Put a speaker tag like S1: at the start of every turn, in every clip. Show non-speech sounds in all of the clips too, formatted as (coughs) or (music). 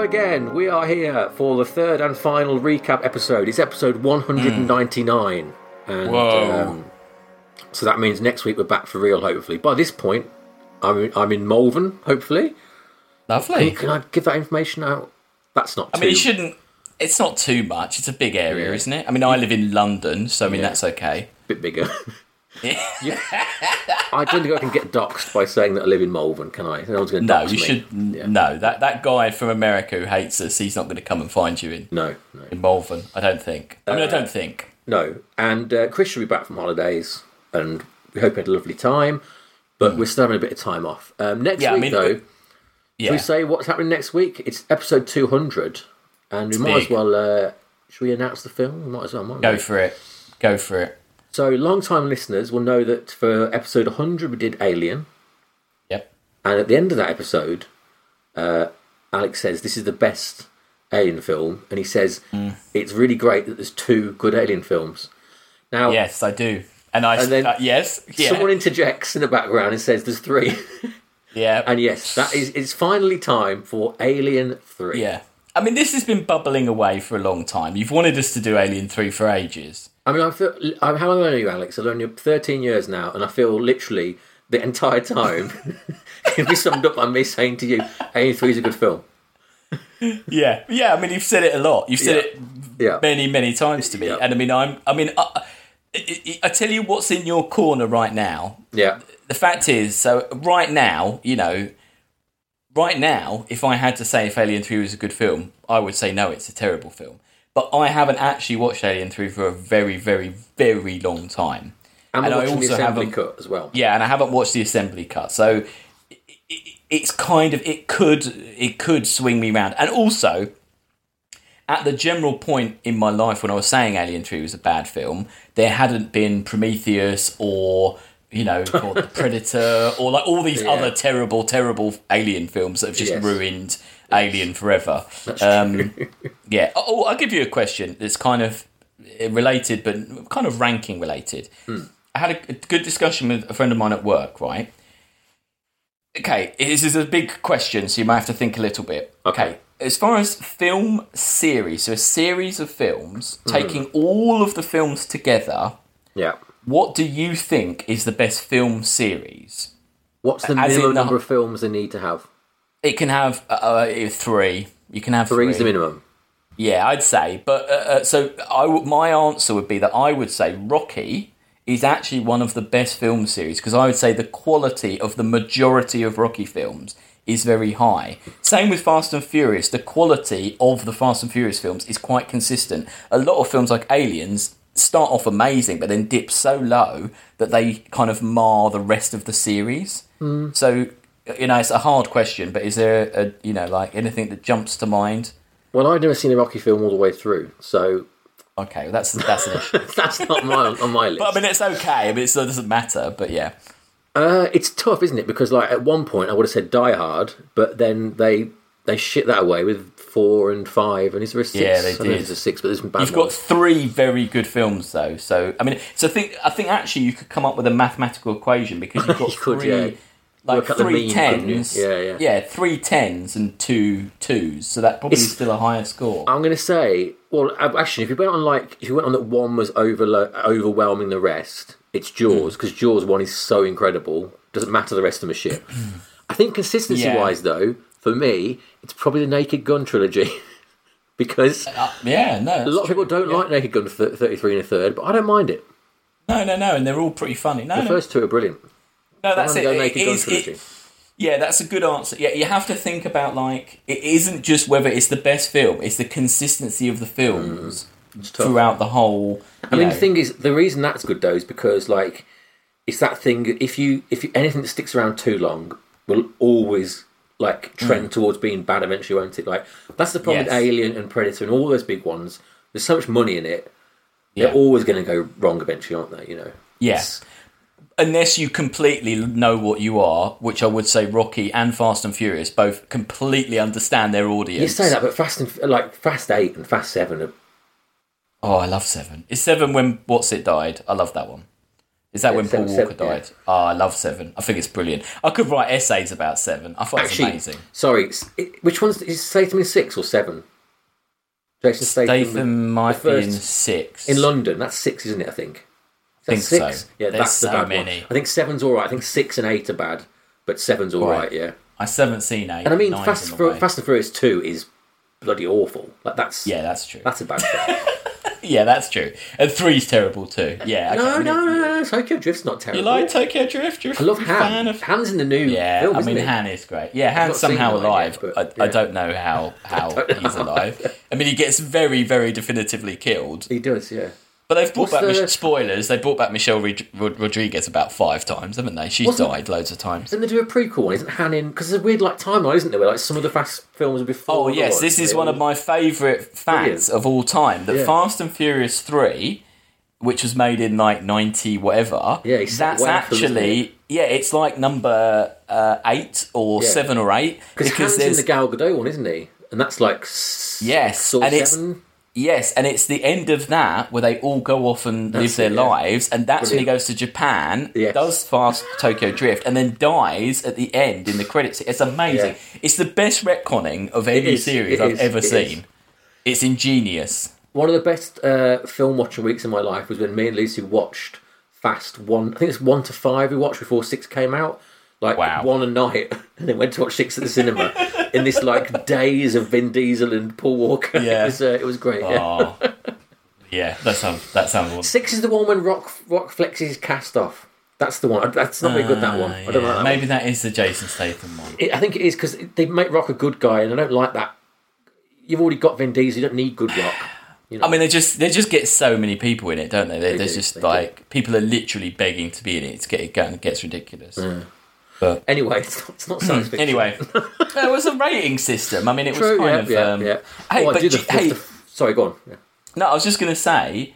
S1: again. We are here for the third and final recap episode. It's episode 199. And,
S2: Whoa.
S1: Um, so that means next week we're back for real, hopefully. By this point, I'm in, I'm in Malvern, hopefully.
S2: Lovely.
S1: Can I give that information out? That's not too.
S2: I mean, it shouldn't. It's not too much. It's a big area,
S1: Yeah.
S2: isn't it? I mean, I live in London, so I mean that's okay.
S1: bit bigger. (laughs) Yeah. I don't think I can get doxxed by saying that I live in Malvern, can I? No one's going to
S2: No,
S1: dox
S2: you
S1: me.
S2: should. No, that that guy from America who hates us, he's not going to come and find you in,
S1: No, no.
S2: in Malvern. I don't think. I mean, I
S1: Uh,
S2: don't think.
S1: No, and uh, Chris should be back from holidays, and we hope you had a lovely time. But we're still having a bit of time off. Um, next
S2: Hmm. Yeah, I
S1: week,
S2: mean,
S1: though,
S2: it- Yeah.
S1: we say what's happening next week. It's episode two hundred, and we might as
S2: big.
S1: well. Uh, should we announce the film? We might as well. Might
S2: Go for it. Go for it.
S1: So, long-time listeners will know that for episode one hundred, we did Alien,
S2: Yep.
S1: and at the end of that episode, uh, Alex says this is the best Alien film, and he says
S2: Hmm.
S1: it's really great that there's two good Alien films. Now,
S2: Yes, I do. And I.
S1: And then-
S2: uh, yes. Yeah.
S1: Someone interjects in the background and says, "There's three. (laughs)
S2: yeah.
S1: and yes, that is it's finally time for Alien Three.
S2: Yeah. I mean, this has been bubbling away for a long time. You've wanted us to do Alien Three for ages.
S1: I mean, I feel I'm how long are you, Alex? I've known you 13 years now, and I feel literally the entire time (laughs) can be summed up by me saying to you, "Alien Three is a good film."
S2: Yeah. Yeah. I mean, you've said it a lot. You've said
S1: Yeah.
S2: it
S1: Yeah,
S2: many many times to me
S1: Yeah.
S2: and i mean i'm i mean I, I, I tell you what's in your corner right now
S1: yeah,
S2: the fact is so right now you know right now if i had to say if alien 3 was a good film i would say no it's a terrible film but i haven't actually watched alien 3 for a very very very long time
S1: and, we're
S2: And I
S1: watching the
S2: also have
S1: assembly
S2: a-
S1: cut as well.
S2: yeah and i haven't watched the assembly cut so i- i- it's kind of it could it could swing me round and also at the general point in my life when i was saying alien 3 was a bad film there hadn't been prometheus or you
S1: (laughs)
S2: know called the predator or like all these
S1: Yeah.
S2: other terrible terrible alien films that have just
S1: Yes.
S2: ruined alien forever um, yeah oh oh, i'll give you a question that's kind of eh, related but kind of ranking related
S1: Hmm.
S2: I had a, a good discussion with a friend of mine at work, right? Okay, this is a big question, so you might have to think a little bit.
S1: Okay.
S2: As far as film series, so a series of films,
S1: Hmm.
S2: taking all of the films together,
S1: Yeah.
S2: what do you think is the best film series?
S1: What's the
S2: As in
S1: minimum
S2: the-
S1: number of films they need to have?
S2: It can have uh, uh, three. You can have
S1: Three's the minimum.
S2: Yeah, I'd say. But uh, uh, so I w- my answer would be that I would say Rocky is actually one of the best film series because I would say the quality of the majority of Rocky films is very high. Same with Fast and Furious. The quality of the Fast and Furious films is quite consistent. A lot of films like Aliens start off amazing but then dip so low that they kind of mar the rest of the series. So you know, it's a hard question, but is there a, a you know like anything that jumps to mind?
S1: Well, I've never seen a Rocky film all the way through, so (laughs)
S2: Okay, well, that's that's an issue.
S1: that's not my on my list.
S2: I mean, it's okay. I mean, it's, it doesn't matter. But yeah,
S1: Uh, it's tough, isn't it? Because like at one point I would have said Die Hard, but then they they shit that away with four and five, and is there a six?
S2: Yeah, they
S1: I don't know if
S2: did.
S1: There's a six, but there's some bad
S2: you've got
S1: ones.
S2: three very good films, though. So I mean, so think I think actually you could come up with a mathematical equation because you've
S1: (laughs)
S2: got
S1: You could,
S2: three.
S1: yeah.
S2: Like
S1: Work out the
S2: three
S1: mean, couldn't you?
S2: tens,
S1: Yeah, yeah.
S2: three tens and two twos, so that probably
S1: It's-
S2: is still a higher score.
S1: I'm gonna say, well, uh, actually, if you went on like if you went on that one was overlo- overwhelming the rest, it's
S2: Hmm.
S1: Jaws because Jaws one is so incredible. Doesn't matter the rest of them are
S2: (clears throat)
S1: shit. I think consistency wise, though, for me, it's probably the Naked Gun trilogy (laughs) because a
S2: Uh, yeah, no,
S1: lot of people don't like Naked Gun th- thirty three and a third, but I don't mind it.
S2: no, no, no, and they're all pretty funny. No,
S1: The
S2: no,
S1: first two are brilliant.
S2: no, that's
S1: I'm
S2: it.
S1: gonna go
S2: It
S1: Naked Gun
S2: is- it-
S1: trilogy.
S2: Yeah, that's a good answer. Yeah, you have to think about like it isn't just whether it's the best film; it's the consistency of the films
S1: Mm. tough.
S2: throughout the whole.
S1: I mean,
S2: know.
S1: the thing is, the reason that's good though is because like it's that thing. If you if you, anything that sticks around too long will always like trend towards being bad eventually, won't it? Like that's the problem with
S2: Mm. Yes.
S1: Alien and Predator and all those big ones. There's so much money in it;
S2: Yeah.
S1: they're always going to go wrong eventually, aren't they? You know.
S2: yeah.
S1: It's-
S2: unless you completely know what you are, which I would say Rocky and Fast and Furious both completely understand their audience.
S1: You say that, but Fast and like Fast Eight and Fast Seven are
S2: Oh, I love Seven. Is Seven when What's It died? I love that one. Is that when
S1: Seven-
S2: Paul Walker
S1: Seven, yeah.
S2: died? Ah, I love Seven. I think it's brilliant. I could write essays about Seven. I thought
S1: Actually,
S2: it was amazing.
S1: sorry, s- it- which one's is Statham in six or seven? Jason Statham,
S2: Statham might be
S1: first-
S2: in six.
S1: in London. That's six, isn't it? I think. Is that
S2: Think so.
S1: six? Yeah,
S2: There's
S1: that's the
S2: so
S1: bad
S2: many.
S1: one. I think seven's all right. I think six and eight are bad, but seven's all right.
S2: Right.
S1: Yeah,
S2: I haven't seen eight.
S1: and I mean
S2: Nine's
S1: Fast
S2: on the
S1: Fur-
S2: way.
S1: Fast and Furious two is bloody awful. Like that's
S2: Yeah, that's true.
S1: that's a
S2: (laughs)
S1: bad thing.
S2: Yeah, that's true. And three's terrible too. Yeah. okay. I
S1: no,
S2: mean,
S1: no, no, no, no. Tokyo Drift's not terrible.
S2: You like Tokyo Drift? You're
S1: I love
S2: a
S1: Han.
S2: fan of
S1: Han's in the new
S2: Yeah,
S1: film,
S2: I
S1: isn't
S2: mean
S1: he?
S2: Han is great. Yeah, Han's
S1: not seen
S2: somehow
S1: that
S2: alive.
S1: yet,
S2: I,
S1: but,
S2: I
S1: yeah.
S2: don't know
S1: (laughs)
S2: how how he's alive. I mean, he gets very very definitively killed.
S1: He does, yeah.
S2: But they've brought
S1: What's
S2: back
S1: the-
S2: Mich- spoilers. They brought back Michelle Rod- Rod- Rodriguez about five times, haven't they? She's
S1: Wasn't-
S2: died loads of times.
S1: Didn't they do a prequel one? Isn't Han in? Because there's a weird like timeline, isn't there? Where, like some of the Fast films are
S2: Oh
S1: before.
S2: yes, this is one of my favourite facts
S1: Brilliant.
S2: of all time. That
S1: Yeah.
S2: Fast and Furious three, which was made in like ninety whatever,
S1: Yeah, it's
S2: that's
S1: way after, isn't
S2: actually
S1: it?
S2: yeah, it's like number uh, eight or
S1: Yeah.
S2: seven or eight
S1: because Han's in
S2: there's
S1: the Gal Gadot one, isn't he? And that's like s-
S2: Yes,
S1: six or
S2: and it's-
S1: seven.
S2: Yes, and it's the end of that where they all go off and live their
S1: it, yeah.
S2: lives, and that's when he
S1: Brilliant.
S2: goes to Japan,
S1: Yes.
S2: does fast Tokyo Drift, and then dies at the end in the credits. It's amazing. It's the best retconning of any
S1: is, it
S2: series I've
S1: is,
S2: ever
S1: it is.
S2: seen. It's ingenious.
S1: One of the best uh, film watching weeks in my life was when me and Lucy watched Fast One. I think it's one to five. We watched before six came out. Like
S2: Wow.
S1: one a night, (laughs) and then went to watch six at the cinema in this
S2: (laughs)
S1: like days of Vin Diesel and Paul Walker. (laughs)
S2: Yeah.
S1: it was, uh, it was great. yeah.
S2: Oh, yeah, that sounds that sounds awesome.
S1: Six is the one when Rock Rock flexes his cast off. That's the one. That's not very good. That one. I don't like that.
S2: Ah, Maybe that is the Jason Statham one.
S1: It, I think it is because they make Rock a good guy, and I don't like that. You've already got Vin Diesel. You don't need good Rock.
S2: I mean, they just they just get so many people in it, don't they? They, there's
S1: do,
S2: just
S1: they do.
S2: like people are literally begging to be in it. It's get, it gets ridiculous. But
S1: Anyway, it's not, it's not science fiction.
S2: Hmm.
S1: (laughs)
S2: Anyway, there was a rating system. I mean, it was
S1: True, yeah,
S2: kind of.
S1: yeah,
S2: um,
S1: yeah.
S2: Hey,
S1: Oh, I
S2: but
S1: do the-
S2: you- hey,
S1: the- sorry, go on. Yeah.
S2: no, I was just going to say,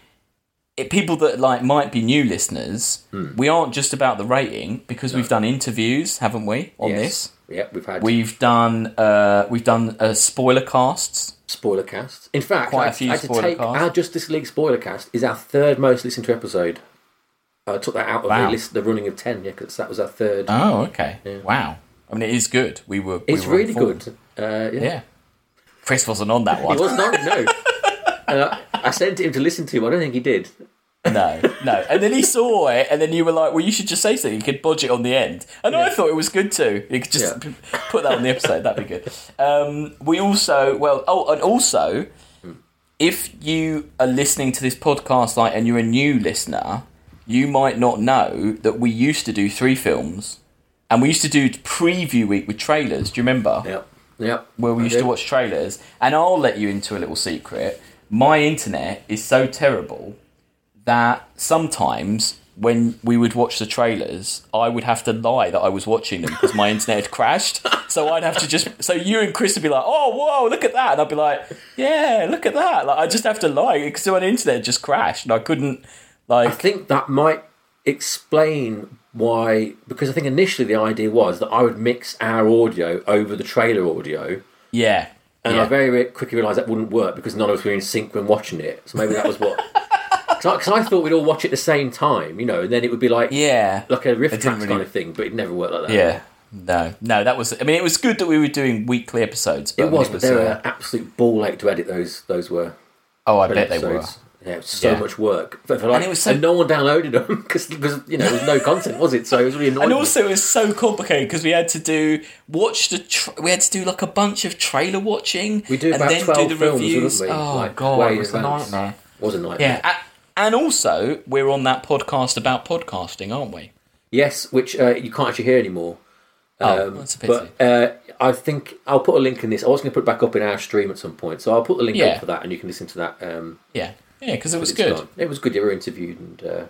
S2: it, people that like might be new listeners,
S1: Hmm.
S2: we aren't just about the rating because we've done interviews, haven't we? On
S1: Yes.
S2: this,
S1: Yeah, we've had
S2: we've done uh, we've done uh, spoiler casts.
S1: spoiler cast. In fact,
S2: Quite
S1: I,
S2: a few
S1: I had to
S2: spoiler
S1: take
S2: casts.
S1: our Justice League spoiler cast is our third most listened to episode. I took that out of
S2: Wow.
S1: the list, the running of ten, yeah, because that was our third.
S2: Oh, okay, wow. I mean, it is good. We were. we
S1: it's
S2: were
S1: really
S2: informed.
S1: good. Uh, yeah.
S2: Yeah, Chris wasn't on that
S1: (laughs)
S2: one.
S1: He was not no. Uh, I sent him to listen to. I don't think he did.
S2: No, no. And then he saw it, and then you were like, "Well, you should just say something. You could bodge it on the end." And I thought it was good too. You could just
S1: Yeah.
S2: p- put that on the episode. That'd be good. Um, we also, well, oh, and also, if you are listening to this podcast, like, and you're a new listener, you might not know that we used to do three films, and we used to do preview week with trailers. Do you remember?
S1: Yep. Yep.
S2: where we
S1: I
S2: used
S1: did.
S2: to watch trailers. And I'll let you into a little secret. My internet is so terrible that sometimes when we would watch the trailers, I would have to lie that I was watching them because my internet had crashed. So I'd have to just. So you and Chris would be like, "Oh, whoa, look at that," and I'd be like, "Yeah, look at that." Like I just have to lie because my internet just crashed and I couldn't.
S1: I
S2: Like
S1: think that might explain why, because I think initially the idea was that I would mix our audio over the trailer audio,
S2: yeah.
S1: and I
S2: yeah.
S1: very re- quickly realised that wouldn't work because none of us were in sync when watching it. So maybe that was
S2: (laughs)
S1: what. Because I, thought we'd all watch it at the same time, you know, and then it would be like
S2: yeah.
S1: like a riff
S2: It didn't
S1: tracks
S2: really-
S1: kind of thing, but it never worked like that.
S2: Yeah. No, no, that was. I mean, it was good that we were doing weekly episodes. But I
S1: It
S2: mean,
S1: was, but they were
S2: uh,
S1: an absolute ball ache to edit those. Those were.
S2: Oh, I bet they were.
S1: episodes. Yeah, it was so
S2: Yeah.
S1: much work, but for like,
S2: it
S1: and,
S2: was so-
S1: no one downloaded (laughs) them because you know there was no content, was it? So it was really annoying.
S2: And also, it's so complicated because we had to do watch the tra- we had to do like a bunch of trailer watching.
S1: We do
S2: and
S1: about
S2: then
S1: twelve
S2: do the
S1: films,
S2: reviews.
S1: wouldn't we?
S2: Oh
S1: Like,
S2: god,
S1: way
S2: it was
S1: in
S2: a
S1: advance.
S2: nightmare.
S1: Was a nightmare.
S2: Yeah, a- and also we're on that podcast about podcasting, aren't we?
S1: Yes, which uh, you can't actually hear anymore.
S2: Oh, that's a pity.
S1: Um, But uh, I think I'll put a link in this. I was going to put it back up in our stream at some point, so I'll put the link
S2: Yeah.
S1: up for that, and you can listen to that. Um,
S2: yeah, yeah, because it was
S1: it's
S2: good.
S1: gone. It was good. You were interviewed, and uh,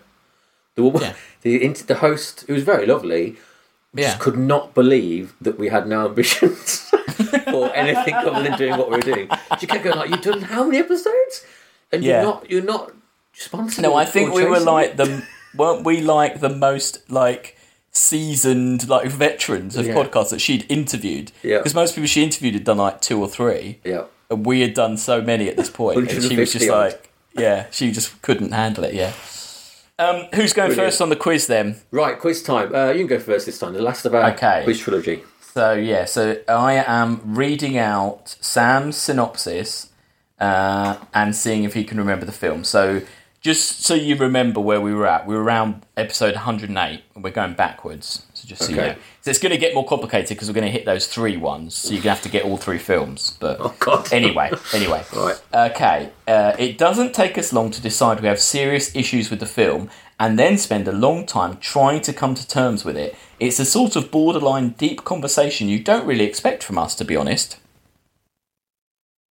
S1: the woman,
S2: Yeah.
S1: (laughs) the inter- the host, who was very lovely,
S2: Yeah,
S1: just could not believe that we had no ambitions (laughs) for anything other than doing what we were doing. She kept going like, "You've done how many episodes? And
S2: Yeah.
S1: you're not you're not responsible."
S2: no, I
S1: for
S2: think we were
S1: chasing
S2: like the weren't we like the most like seasoned like veterans of
S1: Yeah.
S2: podcasts that she'd interviewed.
S1: Yeah.
S2: because most people she interviewed had done like two or three.
S1: it." Yeah.
S2: and we had done so many at this point, and she was just
S1: 150 odd.
S2: like, yeah, she just couldn't handle it. Yeah, Um, who's going
S1: Brilliant.
S2: first on the quiz then?
S1: Right, quiz time. Uh, you can go first this time. The last of our
S2: Okay.
S1: quiz trilogy.
S2: So yeah, so I am reading out Sam's synopsis uh, and seeing if he can remember the film. So just so you remember where we were at, we were around episode 108, and we're going backwards. So just so you
S1: Okay.
S2: know, so it's going to get more complicated because we're going to hit those three ones. So you're going to have to get all three films. But
S1: Oh, God.
S2: anyway, anyway.
S1: (laughs) Right.
S2: Okay. Uh, it doesn't take us long to decide we have serious issues with the film and then spend a long time trying to come to terms with it. It's a sort of borderline deep conversation you don't really expect from us, to be honest.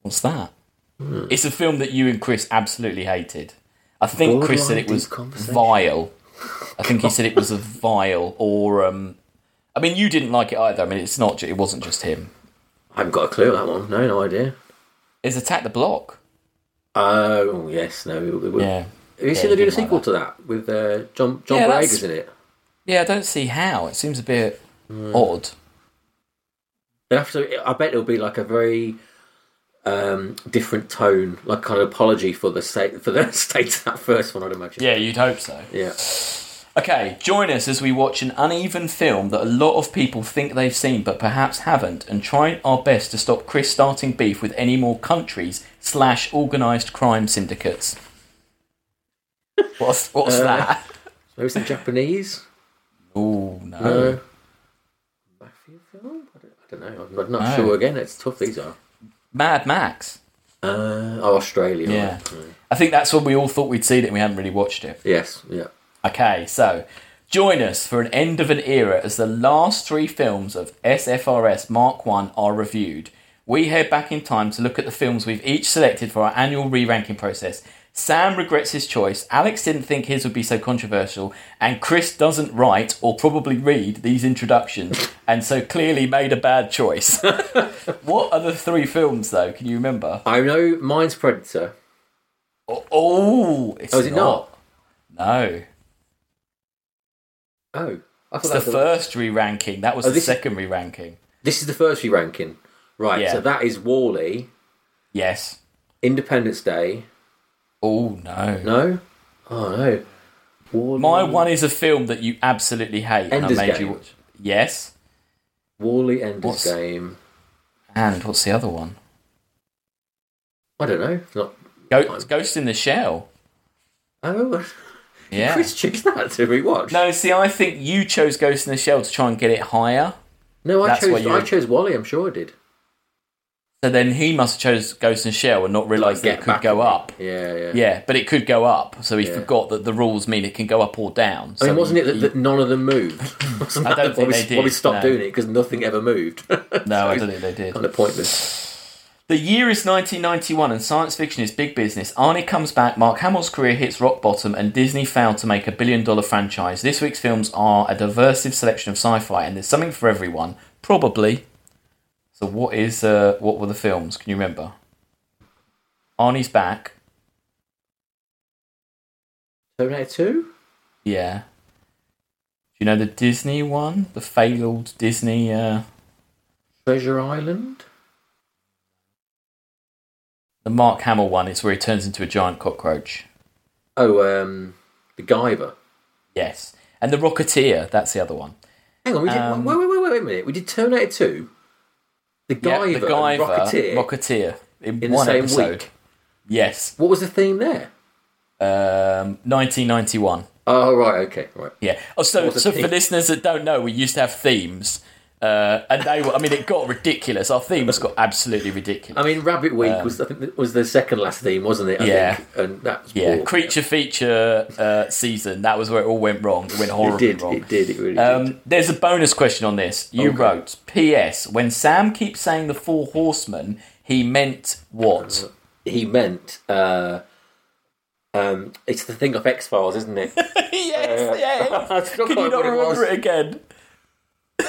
S2: What's that?
S1: Hmm.
S2: It's a film that you and Chris absolutely hated. I think Chris said
S1: Borderline
S2: it was
S1: deep conversation.
S2: vile.
S1: (laughs)
S2: I think he said it was a vile, or um, I mean, you didn't like it either. I mean, it's not. ju- It wasn't just him.
S1: I haven't got a clue on that one. No, no idea.
S2: It's Attack the Block.
S1: Oh, yes, no. We, we,
S2: Yeah.
S1: Have you seen they
S2: Yeah, you
S1: did a
S2: didn't like
S1: sequel to that with uh, John John
S2: Yeah, that's-
S1: Boyega's in it?
S2: Yeah, I don't see how. It seems a bit odd.
S1: They have to. I bet it'll be like a very um, different tone, like kind of apology for the state for the (laughs) state of that first one. I'd imagine.
S2: Yeah, you'd hope so.
S1: Yeah.
S2: Okay, join us as we watch an uneven film that a lot of people think they've seen but perhaps haven't, and try our best to stop Chris starting beef with any more countries slash organised crime syndicates. (laughs) What's what's
S1: Uh,
S2: that?
S1: Maybe it's in Japanese.
S2: Oh no.
S1: No. Mafia film? I don't- I don't know. I'm not- not
S2: No.
S1: sure again. It's tough. These are.
S2: Mad Max.
S1: Uh, oh, Australia.
S2: Yeah.
S1: right. Mm.
S2: I think that's when we all thought we'd seen it and we hadn't really watched it.
S1: Yes. Yeah.
S2: Okay, so join us for an end of an era as the last three films of SFRS Mark 1 are reviewed. We head back in time to look at the films we've each selected for our annual re ranking process. Sam regrets his choice, Alex didn't think his would be so controversial, and Chris doesn't write or probably read these introductions, and so clearly made a bad choice. (laughs) what are the three films, though? Can you remember?
S1: I know. Mine's Predator.
S2: Oh, it's
S1: Oh, is it
S2: not. No.
S1: Oh, I thought
S2: It's
S1: that
S2: the
S1: was
S2: first re ranking. That was
S1: Oh,
S2: the
S1: this is-
S2: second re ranking.
S1: This is the first re-ranking. Right.
S2: Yeah.
S1: So that is Wally,
S2: Yes.
S1: Independence Day.
S2: Oh no.
S1: No. Oh no. Wally.
S2: My one is a film that you absolutely hate, and I
S1: Ender's
S2: made
S1: Game.
S2: you watch. Yes.
S1: Wally Ender's
S2: What's-
S1: Game.
S2: And what's the other one?
S1: I don't know. Not.
S2: Go- Ghost in the Shell.
S1: Oh. (laughs)
S2: Yeah.
S1: Chris chose that to rewatch.
S2: No, see, I think you chose Ghost in the Shell to try and get it higher.
S1: No, I
S2: That's why
S1: chose.
S2: you-
S1: I chose Wally. I'm sure I did.
S2: So then he must have chose Ghost in the Shell and not realised that it could go up.
S1: Yeah, yeah.
S2: Yeah, but it could go up. So he
S1: Yeah.
S2: forgot that the rules mean it can go up or down.
S1: I
S2: so
S1: mean, wasn't it that,
S2: he-
S1: that none of them
S2: (coughs)
S1: moved? (laughs) Wasn't
S2: I
S1: that
S2: don't
S1: why
S2: think
S1: we-
S2: they did,
S1: Why we stopped
S2: no.
S1: doing it because nothing ever moved. (laughs) no,
S2: No, I don't think they did.
S1: Kind of pointless.
S2: The year is 1991 and science fiction is big business. Arnie comes back, Mark Hamill's career hits rock bottom, and Disney failed to make a billion dollar franchise. This week's films are a diversive selection of sci fi, and there's something for everyone, probably. So, what is uh, what were the films? Can you remember? Arnie's back.
S1: Terminator Two.
S2: Yeah. Do you know the Disney one? The failed Disney. Uh,
S1: Treasure Island.
S2: the Mark Hamill one is where he turns into a giant cockroach.
S1: Oh, um, the Guyver.
S2: Yes. And The Rocketeer, that's the other one.
S1: Hang on, we did.
S2: Um,
S1: wait, wait, wait, wait a minute. We did Terminator Two. The Guyver,
S2: yeah, the
S1: and
S2: Guyver,
S1: Rocketeer.
S2: Rocketeer, in,
S1: In the
S2: one
S1: same
S2: episode.
S1: week?
S2: Yes,
S1: What was the theme there?
S2: um, 1991.
S1: Oh, right. Okay, right.
S2: Yeah. Oh, so
S1: What was the
S2: so for
S1: theme?
S2: listeners that don't know, we used to have themes, uh, and they were. I mean, it got ridiculous. Our themes got absolutely
S1: I
S2: ridiculous.
S1: mean, Rabbit Week was I think was the second last theme, wasn't it? I
S2: Um, Yeah.
S1: Think? And that's
S2: Yeah,
S1: war.
S2: creature feature uh, season. That was where it all went wrong. It
S1: It
S2: went horribly
S1: did.
S2: wrong.
S1: It did. It really did.
S2: Um, there's a bonus question on this. You wrote, "P.S. When Sam keeps saying the four horsemen, he meant what?"
S1: Uh, He meant. Uh, um, it's the thing of X Files, isn't
S2: (laughs)
S1: it?
S2: (laughs) yes,
S1: (laughs)
S2: yes.
S1: I still
S2: Can you
S1: can't
S2: not
S1: remember what it was.
S2: remember it again?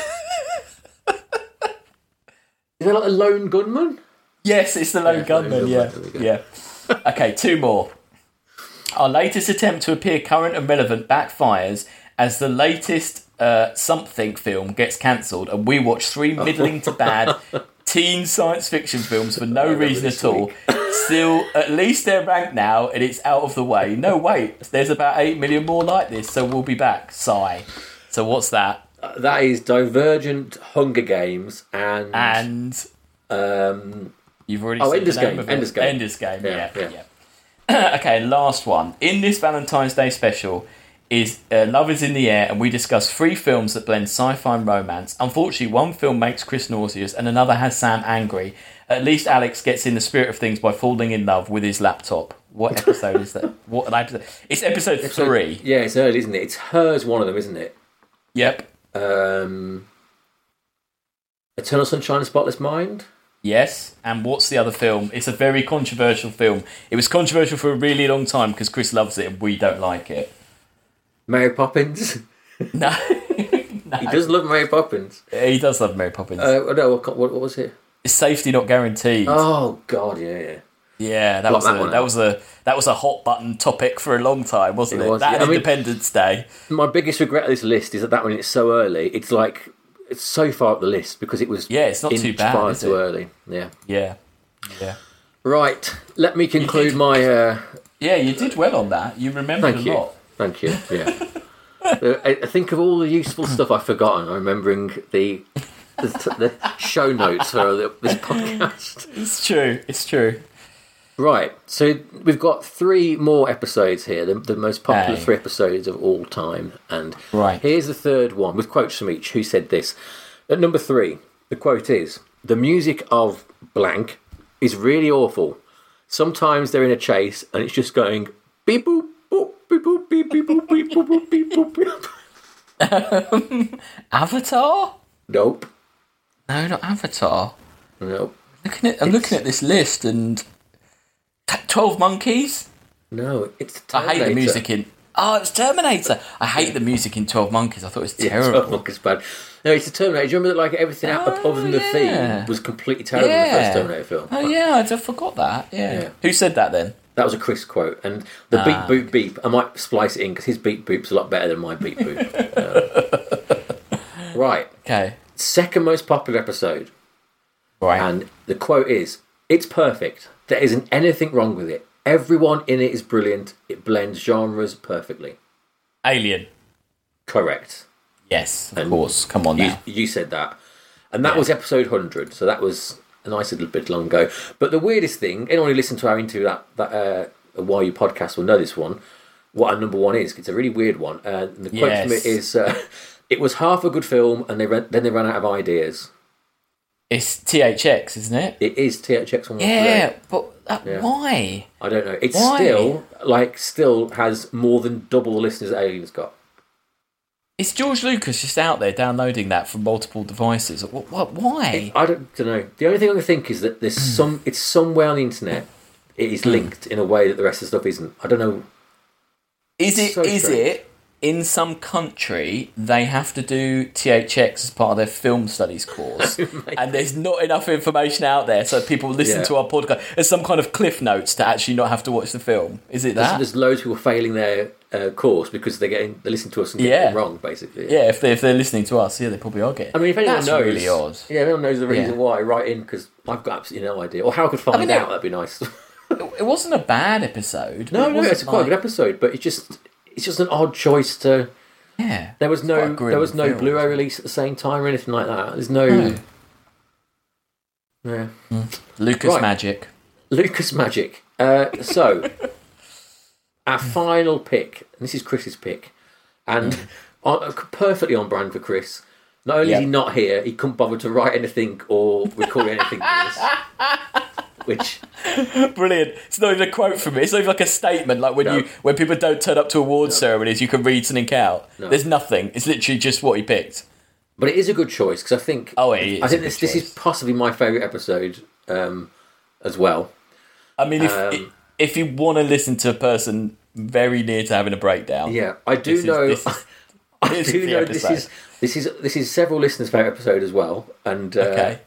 S1: Is that like a lone gunman?
S2: Yes, it's the lone
S1: Yeah,
S2: gunman.
S1: lone
S2: Yeah,
S1: gunman,
S2: yeah. okay, two more. Our latest attempt to appear current and relevant backfires as the latest uh, something film gets cancelled, and we watch three middling to bad teen science fiction films for no reason at all. Still, at least they're ranked now and it's out of the way. No, wait, there's about 8 million more like this, so we'll be back. Sigh. So, what's that?
S1: Uh, That is Divergent, Hunger Games, and,
S2: And
S1: um,
S2: You've already
S1: Oh,
S2: said
S1: Ender's
S2: the name
S1: Game,
S2: of it.
S1: Ender's Game.
S2: Ender's Game,
S1: Yeah,
S2: yeah. yeah. (clears throat) okay, and last one. In this Valentine's Day special is uh, Love is in the Air, and we discuss three films that blend sci fi and romance. Unfortunately, one film makes Chris nauseous, and another has Sam angry. At least Alex gets in the spirit of things by falling in love with his laptop. What episode is that? What an episode? It's episode three.
S1: yeah, it's early, isn't it? It's hers, one of them, isn't it?
S2: Yep.
S1: Um, Eternal Sunshine of Spotless Mind.
S2: Yes. And what's the other film? It's a very controversial film. It was controversial for a really long time because Chris loves it and we don't like it. (laughs)
S1: Mary Poppins. (laughs)
S2: No.
S1: He does love Mary Poppins.
S2: Yeah, He does love Mary Poppins.
S1: Uh, no, what, what, what was it?
S2: It's Safety not guaranteed.
S1: Oh God, yeah, yeah.
S2: yeah, that
S1: block
S2: was
S1: that
S2: a,
S1: one
S2: that
S1: out.
S2: was a that was a hot button topic for a long time, wasn't
S1: It
S2: it?
S1: was,
S2: that
S1: yeah.
S2: and
S1: I mean-
S2: Independence Day.
S1: My biggest regret of this list is that that when it's so early, it's like it's so far up the list because it was
S2: Yeah, it's not too
S1: inch
S2: bad,
S1: far
S2: is
S1: too
S2: it?
S1: early. Yeah.
S2: Yeah, yeah,
S1: Right. Let me conclude
S2: did-
S1: my. Uh,
S2: yeah. You did well on that. You remembered
S1: thank
S2: a
S1: you.
S2: lot.
S1: Thank you.
S2: (laughs)
S1: Yeah. Uh, I I think of all the useful stuff I've forgotten. I'm remembering the the, the show notes for the, this podcast.
S2: It's true. It's true.
S1: Right, so we've got three more episodes here, the, the most popular
S2: Aye.
S1: three episodes of all time. And
S2: Right.
S1: here's the third one with quotes from each who said this. At number three, the quote is The music of blank is really awful. Sometimes they're in a chase and it's just going beep boop. boop, Beep, boop, beep, beep, boop, beep, boop, boop, beep, boop, beep.
S2: Avatar?
S1: Nope.
S2: No, not Avatar.
S1: Nope.
S2: Looking at, I'm looking at this list and Twelve Monkeys.
S1: No. It's
S2: I hate the
S1: Terminator.
S2: music in. Oh, it's Terminator. I hate the music in Twelve Monkeys. I thought it was
S1: Yeah, (laughs)
S2: terrible.
S1: Terminator is bad. No, it's the Terminator. Do you remember that like everything out other than the
S2: Oh,
S1: theme
S2: yeah.
S1: was completely terrible in the first Terminator film?
S2: Oh yeah, I just forgot that. Yeah.
S1: Yeah.
S2: Who said that then?
S1: That was a Chris quote, and the
S2: Ah,
S1: beep boop beep. I might splice it in because his beep boop's a lot better than my beep boop.
S2: (laughs)
S1: Um, right,
S2: Okay.
S1: second most popular episode,
S2: Right.
S1: and the quote is: "It's perfect. There isn't anything wrong with it. Everyone in it is brilliant. It blends genres perfectly."
S2: Alien.
S1: Correct.
S2: Yes, of course. Come on
S1: You,
S2: now.
S1: you said that, and that was episode hundred. So that was a nice little bit long ago. But the weirdest thing, anyone who listened to our interview that that uh, why you podcast will know this one. What our number one is. It's a really weird one. Uh, and the quote from it
S2: Yes.
S1: is, uh, (laughs) "It was half a good film, and they ran, then they ran out of ideas."
S2: It's THX, isn't it?
S1: It is THX one.
S2: Yeah, but that,
S1: Yeah.
S2: why?
S1: I don't know. It's
S2: Why?
S1: still like still has more than double the listeners that Aliens got.
S2: Is George Lucas just out there downloading that from multiple devices? What? what why?
S1: I don't, know. The only thing I can think is that there's
S2: Hmm.
S1: some. It's somewhere on the internet. It is linked in a way that the rest of the stuff isn't. I don't know.
S2: Is it? Is
S1: so strange.
S2: it? In some country, they have to do THX as part of their film
S1: (laughs)
S2: studies course, and there's not enough information out there, so people listen
S1: Oh Yeah.
S2: to our podcast as some kind of cliff notes to actually not have to watch the film. Is it
S1: So
S2: that?
S1: there's loads of people failing their uh, course because they're getting they listen to us and getting
S2: Yeah.
S1: it wrong, basically.
S2: Yeah, if, they, if they're listening to us, yeah, they probably are getting.
S1: I mean, if anyone
S2: That's
S1: knows,
S2: really odd.
S1: yeah, if anyone knows the reason
S2: Yeah.
S1: why, write in because I've got absolutely no idea. Or how I could find
S2: mean,
S1: out?
S2: it-
S1: That'd be nice. (laughs)
S2: It, it wasn't a bad episode. but
S1: no,
S2: it
S1: no,
S2: wasn't
S1: it's quite a
S2: like-
S1: good episode, but it's just it's just an odd choice to.
S2: Yeah,
S1: There was
S2: quite a
S1: no
S2: grim
S1: there was no
S2: film. Hmm.
S1: Blu-ray release at the same time or anything like that. There's no.
S2: No.
S1: Yeah.
S2: Lucas
S1: Right.
S2: Magic.
S1: Lucas Magic. Uh, so, our
S2: Hmm.
S1: final pick, and this is Chris's pick, and on, uh, perfectly on brand for Chris. Not only is he
S2: Yep.
S1: not here, he couldn't bother to write anything or record anything for this.
S2: (laughs)
S1: Which,
S2: (laughs) Brilliant. It's not even a quote from it. It's not even like a statement. Like when
S1: No.
S2: you when people don't turn up to awards ceremonies, you can read something out. There's nothing. It's literally just what he picked.
S1: but it is a good choice because I think
S2: Oh, it is
S1: I
S2: a
S1: think
S2: good
S1: this this is
S2: choice.
S1: possibly my favourite episode um, as well.
S2: I mean, if
S1: Um,
S2: if you want to listen to a person very near to having a breakdown,
S1: Yeah, I do
S2: This is-
S1: know. (laughs) uh, I
S2: this is- this is
S1: do
S2: the
S1: know
S2: episode.
S1: this is this is this is several listeners' favourite episode as well, and uh,
S2: Okay.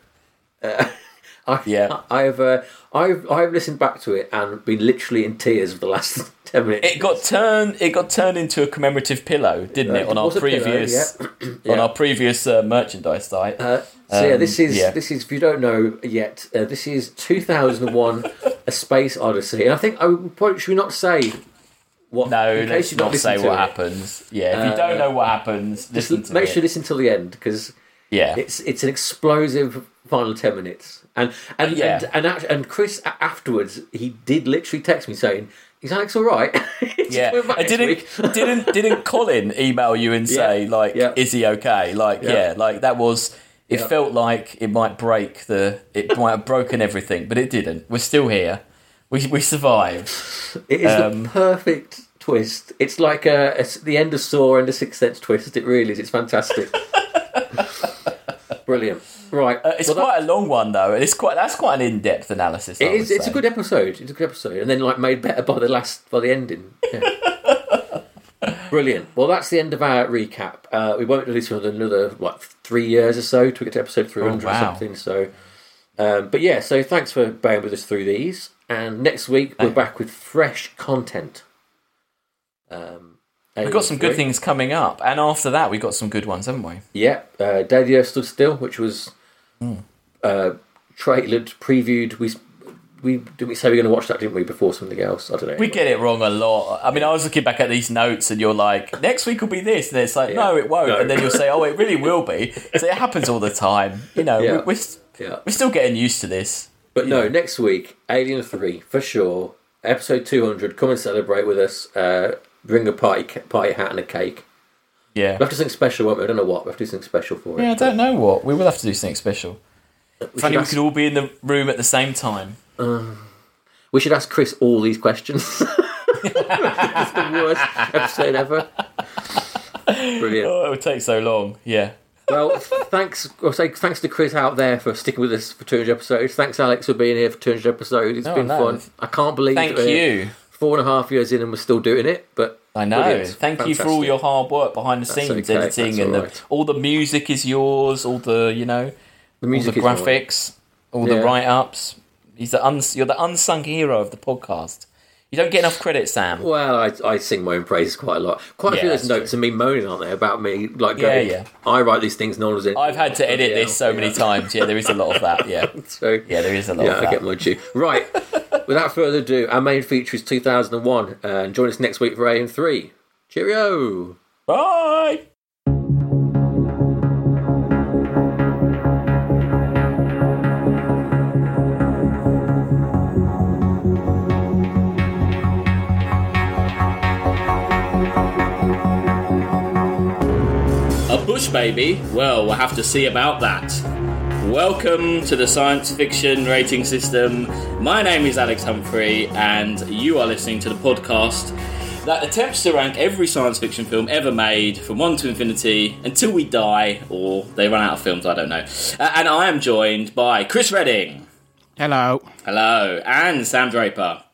S1: I,
S2: Yeah.
S1: I've uh, I've I've listened back to it and been literally in tears for the last (laughs) ten minutes.
S2: It got turned. It got turned into a commemorative pillow, didn't it?
S1: Uh,
S2: On our
S1: was a pillow,
S2: previous,
S1: yeah. (clears throat)
S2: on
S1: Yeah.
S2: our previous uh, merchandise site.
S1: Uh, so yeah,
S2: Um,
S1: this is
S2: yeah.
S1: this is if you don't know yet, uh, this is 2001: A Space Odyssey, and I think I would probably should we not say what.
S2: no,
S1: in case
S2: let's
S1: you've not
S2: not say
S1: listened to
S2: what
S1: it. uh,
S2: happens. Yeah, if you don't know what happens,
S1: Just
S2: listen to
S1: make
S2: it.
S1: sure you listen till the end because
S2: yeah,
S1: it's it's an explosive final ten minutes, and and
S2: Yeah.
S1: and, and, act- and Chris a- afterwards he did literally text me saying, "Is Alex all right?" (laughs) He's
S2: yeah.
S1: coming back
S2: I
S1: next week." (laughs)
S2: didn't didn't didn't Colin email you and say
S1: Yeah,
S2: like,
S1: yeah.
S2: is he okay? Like, yeah, like that was. It
S1: Yeah.
S2: felt like it might break the. It might have broken everything, but it didn't. We're still here. We we survived.
S1: It is the perfect twist. It's like a, a s- the end of Saw and the Sixth Sense twist. It really is. It's fantastic. Brilliant. Right.
S2: Uh, It's
S1: well, that-
S2: quite a long one though, and it's quite that's quite an in-depth analysis. I
S1: it is,
S2: would
S1: it's a
S2: say.
S1: good episode. It's a good episode, and then like made better by the last by the ending.
S2: (laughs)
S1: Yeah. Brilliant. Well, that's the end of our recap. Uh, we won't do this for another what three years or so to get to episode three hundred
S2: Oh, wow.
S1: or something. So, um, but yeah. So thanks for bearing with us through these. And next week we're back with fresh content. Um,
S2: We've got some good things coming up, and after that, we've got some good ones, haven't we?
S1: Yeah, uh, Day the Earth Stood Still, which was uh, trailered, previewed. We we did we say we are going to watch that, didn't we? Before something else, I don't know.
S2: We get it wrong a lot. I mean, I was looking back at these notes, and you're like, "Next week will be this," and it's like, "No, it won't,"
S1: No.
S2: and then you'll say, "Oh, it really will
S1: (laughs)
S2: be." So it happens all the time. You know,
S1: Yeah.
S2: we, we're s-
S1: Yeah.
S2: we're still getting used to this.
S1: But no, next week, Alien 3, for sure. Episode 200, come and celebrate with us. Uh, bring a party ca- party hat and a cake.
S2: Yeah.
S1: We'll have to do something special, won't we? I don't know what. We'll have to do something special for it.
S2: Yeah, I don't know what we will have to do something special.
S1: we,
S2: If
S1: should
S2: only we
S1: ask,
S2: could all be in the room at the same time.
S1: we should ask Chris all these questions. (laughs) it's the worst episode
S2: (laughs)
S1: ever. Brilliant.
S2: Oh, it would take so long. Yeah.
S1: Well, thanks. I'll say thanks to Chris out there for sticking with us for 200 episodes. Thanks, Alex, for being here for 200 episodes. It's
S2: No,
S1: been
S2: no.
S1: fun. I can't believe
S2: Thank
S1: we're
S2: you.
S1: Four and a half years in, and we're still doing it. But
S2: I know.
S1: brilliant.
S2: Thank you for all
S1: Fantastic.
S2: your hard work behind the
S1: That's
S2: scenes,
S1: okay,
S2: editing,
S1: that's
S2: and the,
S1: alright.
S2: all the music is yours. All the you know,
S1: the
S2: all the
S1: music is mine.
S2: graphics, all
S1: Yeah.
S2: the write ups. He's the uns- you're the unsung hero of the podcast. You don't get enough credit, Sam.
S1: Well, I, I sing my own praises quite a lot. Quite a
S2: Yeah,
S1: few of those
S2: that's
S1: notes are me moaning, aren't they? About me, like going,
S2: Yeah, yeah.
S1: I write these things, no one was in.
S2: I've had to edit this so many times. Yeah, there is a lot of that. Yeah,
S1: (laughs) So
S2: yeah, there is a lot
S1: yeah,
S2: of
S1: I
S2: that.
S1: get my due.
S2: (laughs)
S1: Right, without further ado, our main feature is 2001, and join us next week for AM three. Cheerio.
S2: Bye. A bush baby? Well, we'll have to see about that. Welcome to the science fiction rating system. My name is Alex Humphrey, and you are listening to the podcast that attempts to rank every science fiction film ever made from one to infinity until we die or they run out of films, I don't know. Uh, And I am joined by Chris Redding.
S3: Hello.
S2: Hello. And Sam Draper.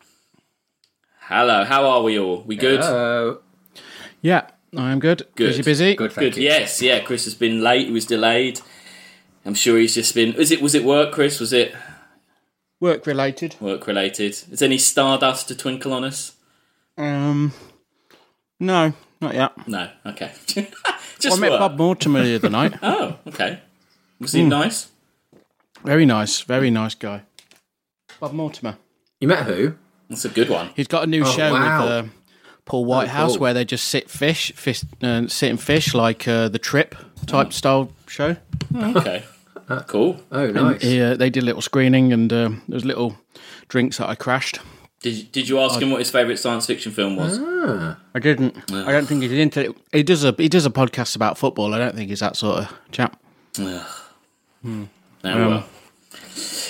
S2: Hello. How are we all? We good?
S1: Hello.
S3: Yeah, I am good.
S2: Good.
S3: Busy, busy.
S1: Good, thank
S2: Good.
S1: you.
S2: Yes. Yeah. Chris has been late. He was delayed. I'm sure he's just been. Is it? Was it work, Chris? Was it
S3: Work related.
S2: work related? Is any stardust to twinkle on us?
S3: Um, no, not yet.
S2: No. Okay. (laughs)
S3: I
S2: just
S3: met
S1: uh,
S2: work.
S3: Bob Hmm. Mortimer the other
S1: (laughs)
S3: night.
S2: Oh. Okay. Was he nice?
S3: Very nice, very nice guy. Bob Mortimer.
S1: You met who?
S2: That's a good one.
S3: He's got a new show
S1: Oh, wow. Oh,
S3: with uh, Paul Whitehouse
S1: cool.
S3: where they just sit fish, fish uh, sit and fish like uh, the Trip type style show.
S2: Okay. Cool.
S1: Oh, nice.
S3: He, uh, they did a little screening and uh, there was little drinks that I crashed.
S2: Did Did you ask him what his favourite science fiction film was?
S3: I didn't. I don't think he's into it. He does a he does a podcast about football. I don't think he's that sort of chap. Hmm.
S2: No, well.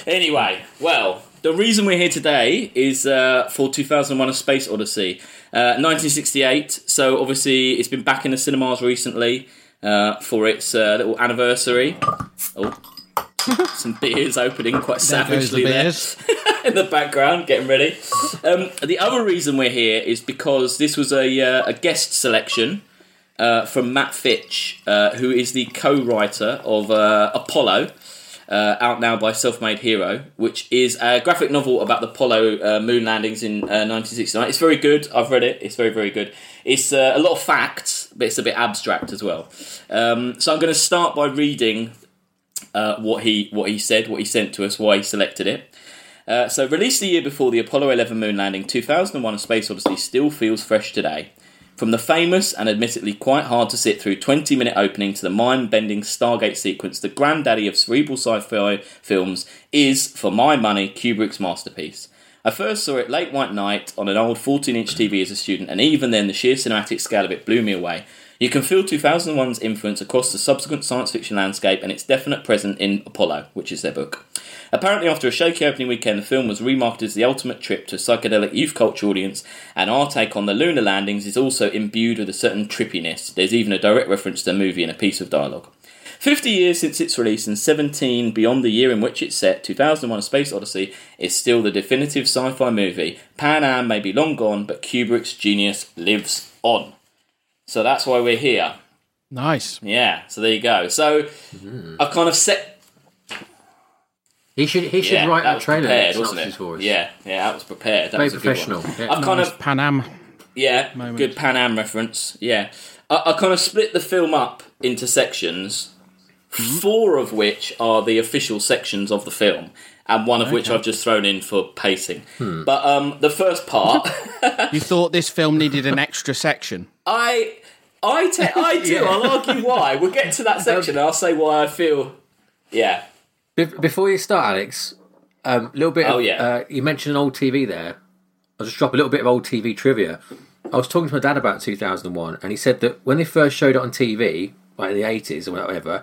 S2: Anyway, well, the reason we're here today is uh, for 2001: A Space Odyssey, uh, 1968. So obviously, it's been back in the cinemas recently uh, for its uh, little anniversary.
S3: (laughs)
S2: Oh, some beers opening quite
S3: Goes the
S2: savagely there.
S3: beers.
S2: (laughs) in the background, getting ready. Um, the other reason we're here is because this was a, uh, a guest selection uh, from Matt Fitch, uh, who is the co writer of uh, Apollo. uh, out now by Self Made Hero, which is a graphic novel about the Apollo uh, moon landings in uh, 1969. It's very good. I've read it. It's very, very good. It's uh, a lot of facts, but it's a bit abstract as well. Um, so I'm going to start by reading uh, what he what he said, what he sent to us, why he selected it. Uh, so, released the year before the Apollo 11 moon landing, 2001 A Space Odyssey still feels fresh today. From the famous and admittedly quite hard to sit through 20 minute opening to the mind bending Stargate sequence, the granddaddy of cerebral sci fi films is, for my money, Kubrick's masterpiece. I first saw it late one night on an old 14 inch TV as a student, and even then, the sheer cinematic scale of it blew me away. You can feel 2001's influence across the subsequent science fiction landscape and its definite presence in Apollo, which is their book. Apparently, after a shaky opening weekend, the film was remarketed as the ultimate trip to a psychedelic youth culture audience, and our take on the lunar landings is also imbued with a certain trippiness. There's even a direct reference to the movie in a piece of dialogue. 50 years since its release and 17 beyond the year in which it's set, 2001 A Space Odyssey is still the definitive sci fi movie. Pan Am may be long gone, but Kubrick's genius lives on. So that's why we're here.
S3: Nice.
S2: Yeah, so there you go. So
S1: Mm.
S2: I've kind of set
S1: He should he should
S2: yeah,
S1: write
S2: that
S1: a
S2: was
S1: trailer
S2: prepared,
S1: synopsis
S2: wasn't it?
S1: for us.
S2: Yeah, yeah, that was prepared. That
S1: Very
S2: was a good one.
S1: professional. Yeah.
S2: I've kind of
S3: Pan Am.
S2: yeah, good Pan Am reference. Yeah, I, I kind of split the film up into sections,
S1: Mm-hmm.
S2: four of which are the official sections of the film, and one of which I've just thrown in for pacing.
S1: Hmm.
S2: But um, the
S1: (laughs)
S2: first part,
S3: You thought this film needed an extra section?
S2: I. I, te- I
S1: (laughs)
S2: do. I'll argue why. We'll get to that section and I'll say why I feel. Yeah.
S1: Be- before you start, Alex, a um, little bit.
S2: Oh,
S1: of,
S2: yeah.
S1: Uh, you mentioned an old TV there. I'll just drop a little bit of old TV trivia. I was talking to my dad about 2001, and he said that when they first showed it on TV, like in the 80s or whatever,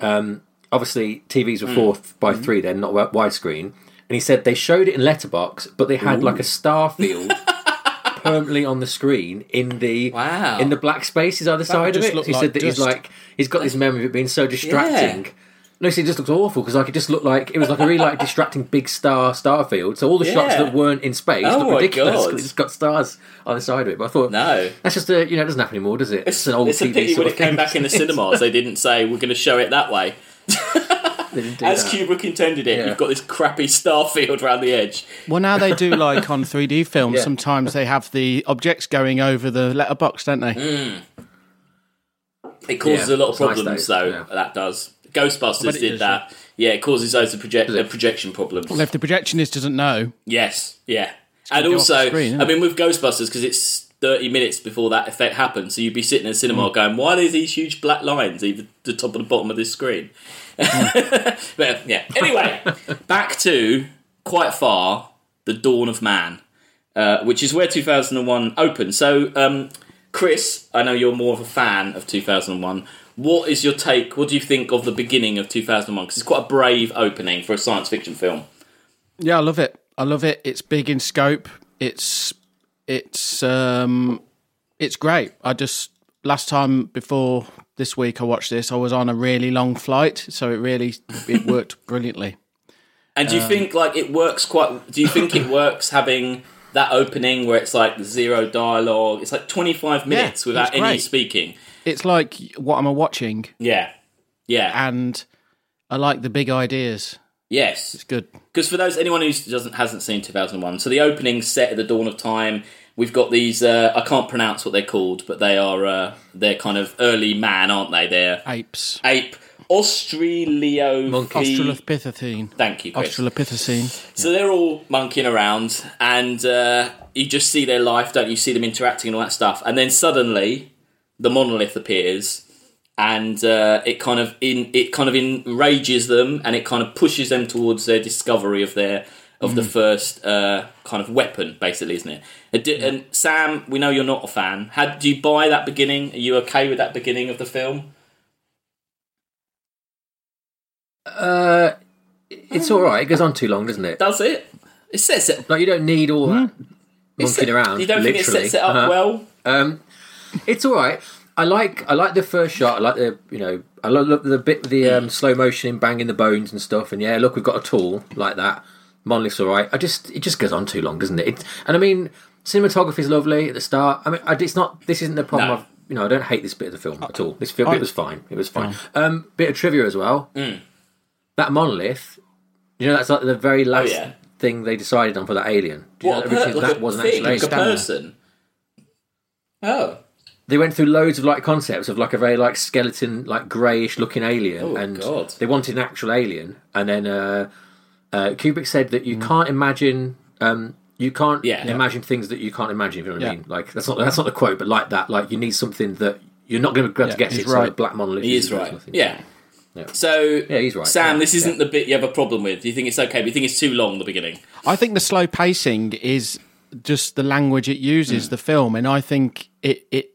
S1: um, obviously TVs were four th- by three then, not wi- widescreen. And he said they showed it in letterbox, but they had like a star field permanently on the screen in the
S2: Wow.
S1: in the black spaces either side of
S3: just
S1: it.
S3: look
S1: He
S3: like
S1: said that he's
S3: dust.
S1: like he's got this memory of it being so distracting. No, see, it just looks awful because like it just looked like it was like a really like distracting big star star field. So all the shots
S2: Yeah.
S1: that weren't in space
S2: Oh
S1: look
S2: my
S1: ridiculous
S2: God.
S1: because it's got stars on the side of it. But I thought
S2: No.
S1: that's just a you know it doesn't happen anymore, does it? It's, an old
S2: it's a
S1: TV
S2: pity
S1: sort
S2: when
S1: of
S2: it came
S1: thing. (laughs)
S2: back in the cinemas, they didn't say, we're going to show it that way.
S1: They didn't do
S2: As
S1: that.
S2: Kubrick intended it,
S1: Yeah.
S2: you've got this crappy star field around the edge.
S3: Well, now they do like on 3D films.
S1: Yeah.
S3: Sometimes they have the objects going over the letterbox, don't they?
S2: It causes
S1: Yeah,
S2: a lot of
S1: it's nice
S2: problems,
S1: though,
S2: though.
S1: yeah.
S2: That does. Ghostbusters
S3: But it
S2: did
S3: is,
S2: that. Yeah. it causes loads of project- uh, projection problems.
S3: Well, if the projectionist doesn't know,
S2: yes, yeah. And
S3: go off the
S2: also,
S3: screen, isn't
S2: I mean, with Ghostbusters, because it's 30 minutes before that effect happens, so you'd be sitting in a
S3: Mm.
S2: cinema going, why are there these huge black lines either the top or the bottom of this screen? (laughs) but yeah.
S3: (laughs)
S2: Anyway, back to quite far the dawn of man, uh, which is where 2001 opened. So, um, Chris, I know you're more of a fan of 2001. What is your take? What do you think of the beginning of 2001? Because it's quite a brave opening for a science fiction film.
S3: yeah, I love it. I love it. It's big in scope. It's it's um it's great. I just last time before this week I watched this, I was on a really long flight, so it really it worked (laughs) brilliantly.
S2: And do
S3: Um,
S2: you think like it works quite? Do you think
S3: (laughs)
S2: it works having that opening where it's like zero dialogue? It's like twenty five minutes
S3: it's
S2: without any
S3: great.
S2: speaking.
S3: It's like what am I watching?
S2: Yeah, yeah,
S3: And I like the big ideas.
S2: yes.
S3: Good.
S2: Because for those anyone who doesn't hasn't seen two thousand one, so the opening set at the dawn of time. We've got these. Uh, I can't pronounce what they're called, but they are. Uh, they're kind of early man, aren't they? They're
S3: Apes.
S2: ape Australio
S3: Australopithecine.
S2: Thank you, Chris.
S3: Australopithecine.
S2: So they're all monkeying around, and uh, you just see their life, don't you? you? See them interacting and all that stuff, and then suddenly the monolith appears, and uh, it kind of in it kind of enrages them, and it kind of pushes them towards their discovery of their of
S1: Mm.
S2: the first uh, kind of weapon, basically, isn't it? And, di- and Sam, we know you're not a fan. How do you buy that beginning? Are you okay with that beginning of the film?
S1: Uh, it's all right. It goes on too long, doesn't it?
S2: Does it? It sets it.
S1: Like you don't need all that monkeying around.
S2: You don't
S1: literally.
S2: think it sets it up
S1: Uh-huh.
S2: well?
S1: Um, it's all right. I like I like the first shot. I like the you know I lo- love the bit with the um, slow motion in banging the bones and stuff. And yeah, look, we've got a tool like that. Monolith's all right. I just it just goes on too long, doesn't it? it and I mean, cinematography's lovely at the start. I mean, I, it's not this isn't the problem.
S2: No.
S1: I've, you know, I
S2: Mm.
S1: don't hate this bit of the film at all. This film, it was fine. It was fine. Um, bit of trivia as well. That monolith, you know, that's like the very last
S2: Oh, yeah.
S1: thing they decided on for that alien. Do you
S2: What,
S1: know,
S2: a per-
S1: that originally
S2: like
S1: that
S2: a
S1: was an
S2: thing,
S1: actual
S2: like a
S1: alien.
S3: Scanner.
S2: person. Oh,
S1: They went through loads of like concepts of like a very like skeleton, like greyish looking alien,
S2: Oh,
S1: and
S2: God.
S1: they wanted an actual alien. And then uh, uh, Kubrick said that you can't imagine. Um, you can't
S2: Yeah. Yeah.
S1: imagine things that you can't imagine. If you know what
S3: Yeah.
S1: I mean? Like that's not that's not the quote, but like that. Like you need something that you're not going to be able to
S3: Yeah,
S1: get.
S3: he's
S1: It's
S3: right.
S1: like black monolith.
S2: he is
S1: isn't it?
S2: right.
S1: Nothing.
S2: Yeah. So
S1: Yeah, he's right.
S2: Sam,
S1: Yeah.
S2: this isn't the bit you have a problem with. Do you think it's okay? But you think it's too long the beginning?
S3: I think the slow pacing is just the language it uses, the film, and I think it it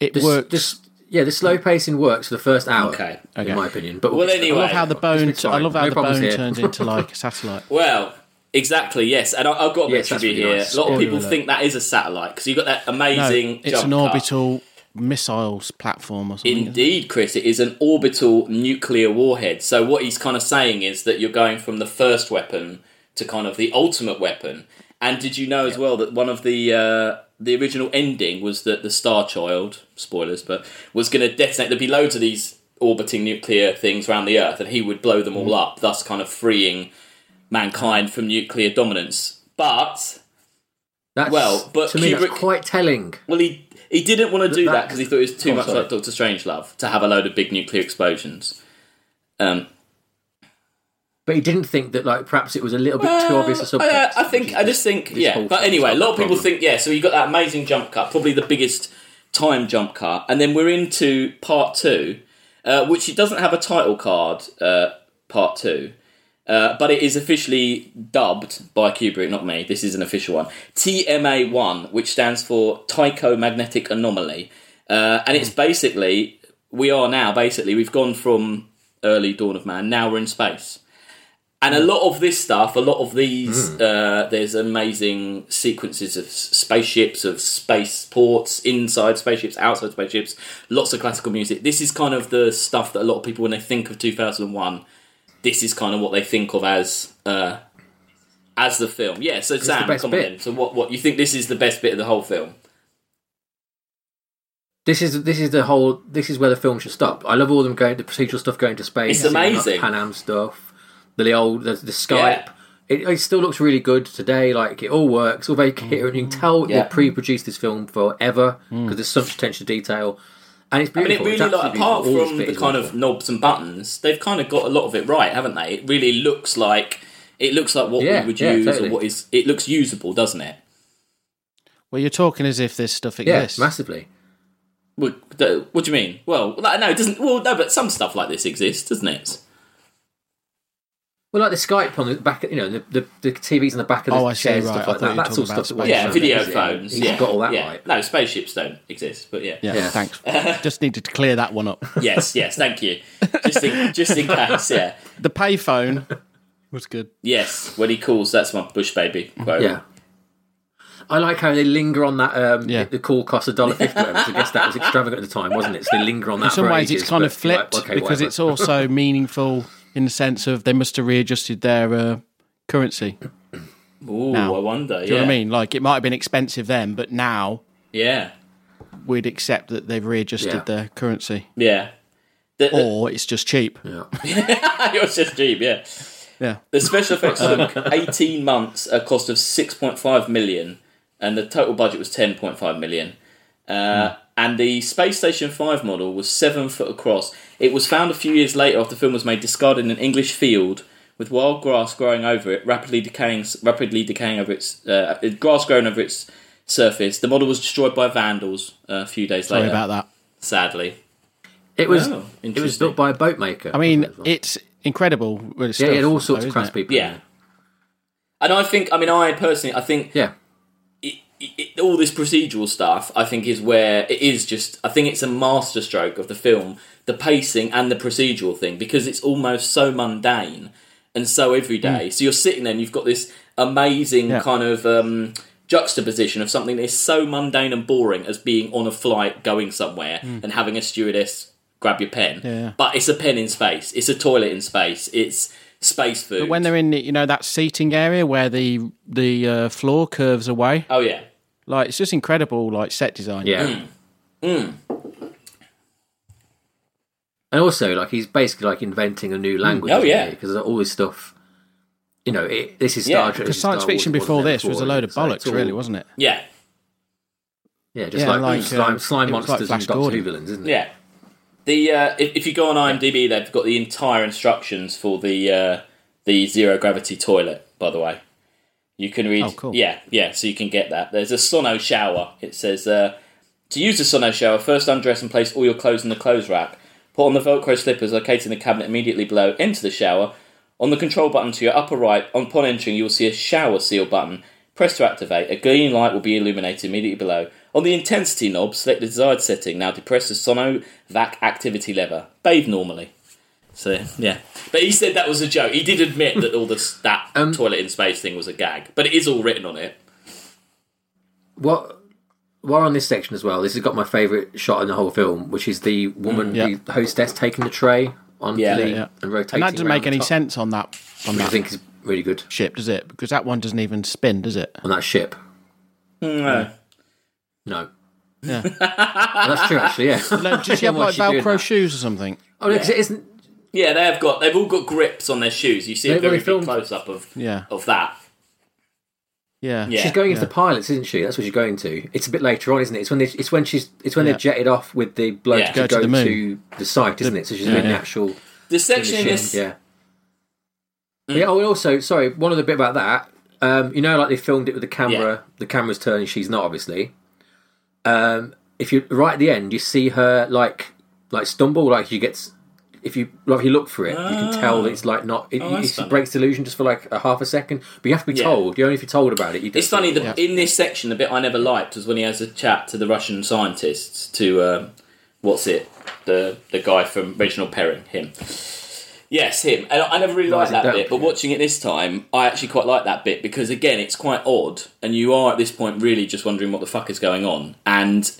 S3: it
S1: Mm. This-
S3: works.
S1: this- yeah, the slow pacing works for the first hour,
S2: Okay.
S1: in my opinion. But
S2: Well, anyway.
S3: I love how the bone.
S1: It's fine.
S3: I love how
S1: No
S3: the
S1: problems
S3: bone
S1: here.
S3: turns into like a satellite.
S2: Well, exactly. Yes, and I, I've got a
S1: Yes,
S2: picture
S1: that's
S2: of you
S1: really
S2: here.
S1: nice.
S2: A lot of
S3: Yeah,
S2: people
S3: really.
S2: think that is a satellite because you've got that
S3: No,
S2: amazing.
S3: it's
S2: jump
S3: an
S2: cut.
S3: orbital missiles platform or something. isn't it?
S2: Indeed, Chris, it is an orbital nuclear warhead. So what he's kind of saying is that you're going from the first weapon to kind of the ultimate weapon. And did you know as well that one of the uh, the original ending was that the Star Child spoilers, but was going to detonate. There'd be loads of these orbiting nuclear things around the Earth, and he would blow them all up, thus kind of freeing mankind from nuclear dominance. But
S1: (laughs) That's,
S2: Well, but
S1: to me, that's
S2: Kubrick-
S1: quite telling.
S2: well, he he didn't want to do
S1: that-
S2: that because he thought it was too
S1: Oh,
S2: much
S1: sorry.
S2: like Doctor Strangelove to have a load of big nuclear explosions. Um,
S1: But he didn't think that, like, perhaps it was a little bit too
S2: Well,
S1: obvious a subject.
S2: Uh, I, I
S1: which
S2: think
S1: is
S2: I just think
S1: this
S2: yeah.
S1: whole
S2: But
S1: thing
S2: anyway, a
S1: is
S2: lot of people
S1: problem.
S2: think yeah. So you got that amazing jump cut, probably the biggest time jump cut, and then we're into part two, uh, which it doesn't have a title card. Uh, part two. Uh, but it is officially dubbed by Kubrick, not me. This is an official one. TMA1, which stands for Tycho Magnetic Anomaly. Uh, and
S1: Hmm.
S2: it's basically, we are now, basically, we've gone from early dawn of man, now we're in space. And a
S1: Mm.
S2: lot of this stuff, a lot of these, uh, there's amazing sequences of s- spaceships, of spaceports, inside spaceships, outside spaceships, lots of classical music. This is kind of the stuff that a lot of people, when they think of 2001, this is kind of what they think of as uh, as the film. Yeah. So Sam,
S1: best
S2: come
S1: bit.
S2: on in. So what? What you think? This is the best bit of the whole film?
S1: This is this is the whole. This is where the film should stop. I love all them going the procedural stuff going to space.
S2: It's
S1: and, like,
S2: amazing.
S1: Pan Am stuff, the old the, the Skype.
S2: Yeah.
S1: It, it still looks really good today. Like it all works, all very coherent. You can tell
S2: Mm, Yeah.
S1: they pre-produced this film forever
S3: Mm.
S1: because there's such attention to detail, and it's
S2: I mean,
S1: beautiful.
S2: it
S1: It's
S2: really like
S1: absolutely
S2: apart
S1: beautiful. All
S2: from
S1: this bit
S2: the
S1: is
S2: kind
S1: wonderful.
S2: of knobs and buttons, they've kind of got a lot of it right, haven't they? It really looks like it looks like what
S1: Yeah,
S2: we would
S1: yeah,
S2: use
S1: totally.
S2: or what is. It looks usable, doesn't it?
S3: Well, you're talking as if this stuff
S1: yeah,
S3: exists.
S1: massively.
S2: Well, d- What do you mean? Well, like, no, it doesn't. Well, no, but some stuff like this exists, doesn't it?
S1: Well, like the Skype on the back, you know, the, the, the TVs in the back of the
S3: Oh, I see,
S1: chairs,
S3: right.
S1: stuff
S3: I
S1: like
S3: thought
S1: that.
S3: you were
S1: That's all
S3: talking
S1: stuff
S3: about
S1: that
S2: Yeah,
S3: Yeah,
S2: video
S1: He's
S2: phones. yeah,
S1: got all that
S2: yeah.
S1: right.
S2: No, spaceships don't exist, but yeah.
S3: Yeah,
S1: Yeah. (laughs)
S3: thanks. Just needed to clear that one up.
S2: (laughs) yes, yes. Thank you. Just in, just in case. Yeah.
S1: (laughs)
S3: The payphone was good.
S2: Yes. When he calls, that's my bush baby. Quote.
S1: Yeah. I like how they linger on that. Um,
S3: Yeah.
S1: The call cost a dollar fifty. I guess that was extravagant at the time, wasn't it? So they linger on that.
S3: In some
S1: for
S3: ways, it's
S1: ages,
S3: kind
S1: but
S3: of flipped
S1: like, okay,
S3: because
S1: whatever. (laughs)
S3: it's also meaningful in the sense of they must have readjusted their uh, currency. Do
S2: Ooh,
S3: Now.
S2: I wonder.
S3: you
S2: yeah.
S3: know what I mean? Like it might have been expensive then, but now
S2: Yeah.
S3: we'd accept that they've readjusted
S1: Yeah.
S3: their currency,
S2: Yeah. The, the-
S3: or it's just cheap.
S2: (laughs) it was just cheap. Yeah.
S3: Yeah,
S1: Oh,
S2: The special effects took 18 months at a cost of 6.5 million, and the total budget was 10.5 million. Uh, And the Space Station 5 model was seven foot across. It was found a few years later after the film was made, discarded in an English field with wild grass growing over it, rapidly decaying, rapidly decaying over its uh, grass growing over its surface. The model was destroyed by vandals uh, a few days
S3: sorry
S2: later.
S3: about that.
S2: Sadly,
S1: it was
S2: Oh,
S1: it was
S2: interesting.
S1: built by a boat maker.
S3: I mean, it's incredible. Really
S1: yeah,
S3: stuff,
S1: it had all sorts
S3: though,
S1: of
S3: isn't
S1: class
S3: it?
S1: people.
S2: yeah. And I think, I mean, I personally, I think
S1: Yeah.
S2: it, it, all this procedural stuff, I think, is where it is just. I think it's a masterstroke of the film, the pacing and the procedural thing, because it's almost so mundane and so everyday. So you're sitting there and you've got this amazing
S3: Mm. Yeah.
S2: kind of um, juxtaposition of something that is so mundane and boring as being on a flight going somewhere and having a stewardess grab your pen.
S3: Mm. yeah.
S2: But it's a pen in space, it's a toilet in space, it's space food.
S3: When they're in, the, you know, that seating area where the the uh, floor curves away,
S2: oh, yeah.
S3: like it's just
S2: Mm.
S3: incredible, like set design.
S1: Yeah. And also, like he's basically like inventing a new language.
S2: Oh, yeah.
S1: because all this stuff. You know, it, this is Star
S2: Yeah,
S1: Trek.
S2: because
S1: this is
S3: science
S1: Star Wars,
S3: fiction
S1: it wasn't
S3: before
S1: there
S3: this was a
S1: before,
S3: load of
S1: so it's
S3: bollocks,
S1: all-
S3: really, wasn't it?
S2: Yeah,
S1: Yeah, just
S3: Yeah,
S1: like,
S3: like,
S1: slime,
S3: um,
S1: slime
S3: it was like
S1: monsters
S3: Flash
S1: and Doctor
S3: Gordon.
S1: Who villains, isn't it?
S2: yeah. The uh, if, if you go on IMDb, they've got the entire instructions for the uh, the zero gravity toilet. By the way, you can read.
S3: Oh, cool.
S2: Yeah, yeah. So you can get that. There's a sono shower. It says uh, to use the sono shower, first undress and place all your clothes in the clothes rack. Put on the Velcro slippers located in the cabinet immediately below. Enter the shower. On the control button to your upper right, upon entering, you will see a shower seal button. Press to activate. A green light will be illuminated immediately below. On the intensity knob, select the desired setting. Now depress the sono vac activity lever. Bathe normally. So yeah, but he said that was a joke. He did admit that all this that toilet in space thing was a gag, but it is all written on it.
S1: What? While on this section as well, this has got my favourite shot in the whole film, which is the woman,
S3: Mm. Yeah.
S1: the hostess, taking the tray on
S2: Yeah.
S1: the,
S3: Yeah.
S1: and rotating.
S3: And that doesn't
S1: round
S3: make
S1: the
S3: any
S1: top,
S3: sense on that on
S1: Which I
S3: that
S1: think is really good
S3: ship, does it? Because that one doesn't even spin, does it?
S1: on that ship. Mm.
S2: No.
S1: No,
S3: Yeah.
S1: Oh, that's true actually.
S3: (laughs)
S1: Yeah.
S3: No, does she have
S1: Why
S3: like
S1: is she doing
S3: Velcro
S1: that?
S3: shoes or something?
S1: Oh, because it isn't.
S2: Yeah, they've got they've all got grips on their shoes. You see a
S1: They-
S2: very
S1: they
S2: big
S1: filmed-
S2: close up of
S3: Yeah.
S2: of that.
S3: Yeah.
S2: Yeah.
S1: She's going into the pilots, isn't she? That's what she's going to. It's a bit later on, isn't it? It's when they, it's when she's it's when
S3: Yeah.
S1: they're jetted off with the bloke
S2: Yeah.
S1: to
S3: Go
S1: go,
S3: to the
S1: to,
S3: moon.
S1: the site, isn't it? So she's in the
S3: Yeah.
S1: actual in
S2: The
S1: the
S2: section in
S1: ship,
S2: this
S1: yeah. Yeah. Oh, and also, sorry, one other bit about that. Um, you know, like they filmed it with the camera. The camera's turning. She's not obviously. Um, if you right at the end, you see her like like stumble, like she gets. If you like, if you look for it, you can tell that it's like not. It,
S2: Oh, that's
S1: it
S2: funny.
S1: breaks the illusion just for like a half a second. But you have to be
S2: Yeah.
S1: told. You only if you're told about it. You don't
S2: It's funny
S1: think-
S2: that in this section, the bit I never liked was when he has a chat to the Russian scientists. To um, what's it? The the guy from Reginald Perrin, him. Yes, him. And I I never really liked
S1: Rising
S2: that
S1: Damp,
S2: bit, but
S1: yeah.
S2: watching it this time, I actually quite like that bit because again, it's quite odd, and you are at this point really just wondering what the fuck is going on, and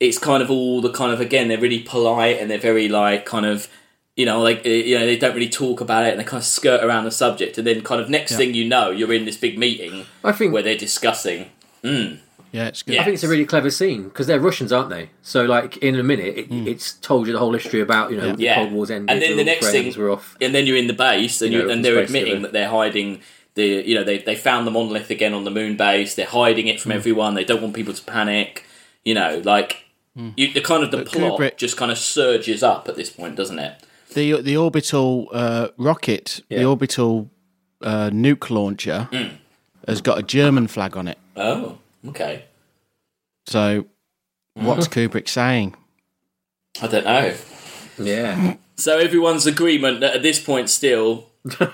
S2: it's kind of all the kind of again they're really polite and they're very like kind of you know like eh, you know they don't really talk about it and they kind of skirt around the subject and then kind of next thing you know you're in this big meeting
S1: I think
S2: where they're discussing.
S3: Yeah, it's good.
S1: I think it's a really clever scene because they're Russians, aren't they? So, like in a minute, it, it's told you the whole history about you know the
S2: Hmm. Yeah.
S1: Cold War's ended,
S2: And then
S1: we're
S2: the
S1: all
S2: next thing-
S1: friends, we're off.
S2: And then you're in the base, and,
S1: You
S2: you
S1: know,
S2: and
S1: it's
S2: they're
S1: basically
S2: admitting
S1: the-
S2: that they're hiding the you know they they found the monolith again on the moon base. They're hiding it from
S1: Hmm.
S2: everyone. They don't want people to panic. You know, like
S1: Hmm.
S2: you, the kind of the plot
S3: Kubrick-
S2: just kind of surges up at this point, doesn't it?
S3: The the orbital uh, rocket, the
S1: Yeah.
S3: orbital uh, nuke launcher, has got a German flag on it.
S2: Oh, okay.
S3: So, what's Kubrick saying?
S2: I don't know.
S1: Yeah,
S2: So everyone's agreement that at this point, still,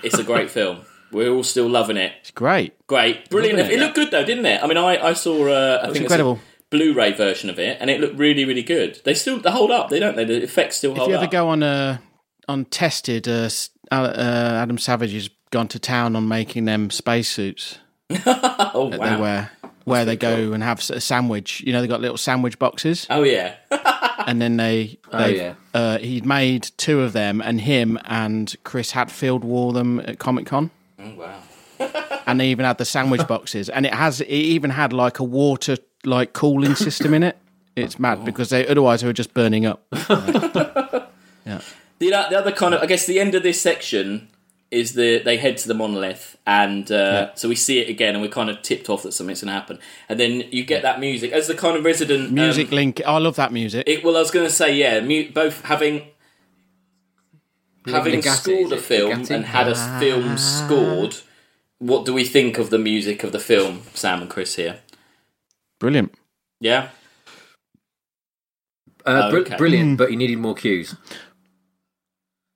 S2: it's a
S1: (laughs)
S2: great film. We're all still loving it.
S3: It's great.
S2: Great, brilliant.
S1: Wasn't
S2: It
S1: it?
S2: looked good though, didn't it? I mean, I I saw uh, I think it's
S3: incredible.
S2: a Blu-ray version of it, and it looked really really good. They still they hold up, they don't they? The effects still
S3: If
S2: hold
S3: you ever
S2: up.
S3: go on uh, on tested, uh, s- uh, uh, Adam Savage has gone to town on making them spacesuits.
S2: oh
S3: They
S2: wow!
S3: wear where they go and have s- a sandwich. You know, they got little sandwich boxes,
S2: Oh yeah,
S3: and then they.
S1: Oh,
S3: they
S1: yeah.
S3: Uh, he'd made two of them, and him and Chris Hadfield wore them at Comic Con.
S2: oh, wow.
S3: and they even had the
S1: (laughs)
S3: sandwich boxes and it has it even had like a water like cooling system in it it's mad
S1: Oh.
S3: because they otherwise they were just burning
S1: (laughs)
S3: up
S2: The, the other kind of I guess the end of this section is the they head to the monolith, and uh, so we see it again, and we're kind of tipped off that something's going to happen, and then you get that music as the kind of resident um,
S3: music link i love that music
S2: It, well, I was going to say, yeah, mu- both having having
S1: Ligeti, is
S2: scored a
S1: it? Ah.
S2: film
S1: Ligeti?
S2: and had a film scored. What do we think of the music of the film, Sam and Chris here?
S3: brilliant
S2: Yeah,
S1: uh, br-
S2: Oh, Okay.
S1: brilliant, but you needed more cues.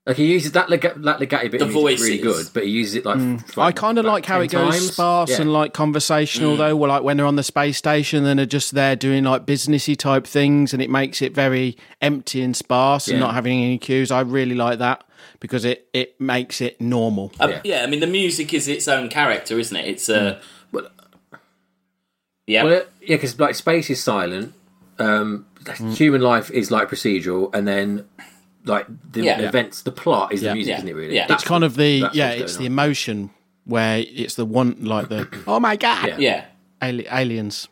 S1: Like he uses that Lega- that Legatti bit
S2: The
S1: of music really
S2: voices.
S1: good, but he uses it like. f-
S3: I kind of
S1: about
S3: like how
S1: 10
S3: it goes
S1: times.
S3: sparse
S1: Yeah. Mm.
S3: and like conversational though. Well, like when they're on the space station and are just there doing like businessy type things, and it makes it very empty and sparse and
S1: Yeah.
S3: not having any cues. I really like that because it it makes it normal.
S2: Uh, yeah.
S1: Yeah. Hmm.
S2: I mean, the music is its own character, isn't it? It's uh,
S1: Well-
S2: yeah,
S1: Well, it, yeah, because like space is silent. Um, Human life is like procedural, and then like the
S2: Yeah.
S1: events, the plot is
S3: Yeah.
S1: the music,
S2: Yeah.
S1: isn't it? Really,
S2: Yeah.
S1: That's
S3: It's kind of the
S1: that's
S3: yeah,
S1: what's
S3: it's
S1: going
S3: the
S1: on.
S3: emotion where it's the one
S1: (clears throat)
S3: like the oh my god
S1: Yeah.
S2: yeah.
S3: ali- aliens.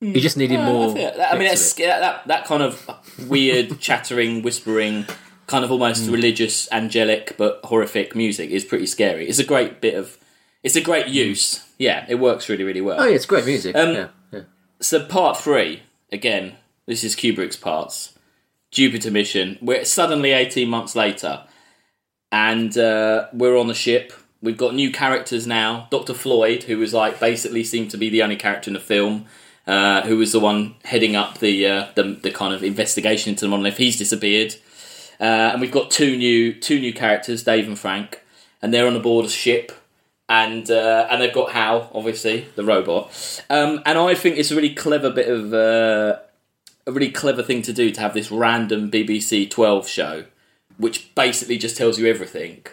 S1: You just needed more.
S2: Yeah, that- I mean,
S1: bits of (laughs)
S2: that's, that, that that kind of weird chattering, whispering kind of
S1: Hmm.
S2: almost religious, angelic, but horrific music is pretty scary. It's a great bit of. It's a great use. Yeah, it works really, really well.
S1: Hmm. Oh, yeah, it's great music.
S2: Um,
S1: yeah, yeah.
S2: So part three again. This is Kubrick's parts. Jupiter mission. We're suddenly eighteen months later, and uh, we're on the ship. We've got new characters now. Doctor Floyd, who was like basically seemed to be the only character in the film, uh, who was the one heading up the, uh, the the kind of investigation into the monolith. He's disappeared, uh, and we've got two new two new characters, Dave and Frank, and they're on the board a ship, and uh, and they've got Hal, obviously the robot, um, and I think it's a really clever bit of uh, a really clever thing to do to have this random BBC Twelve show, which basically just tells you everything.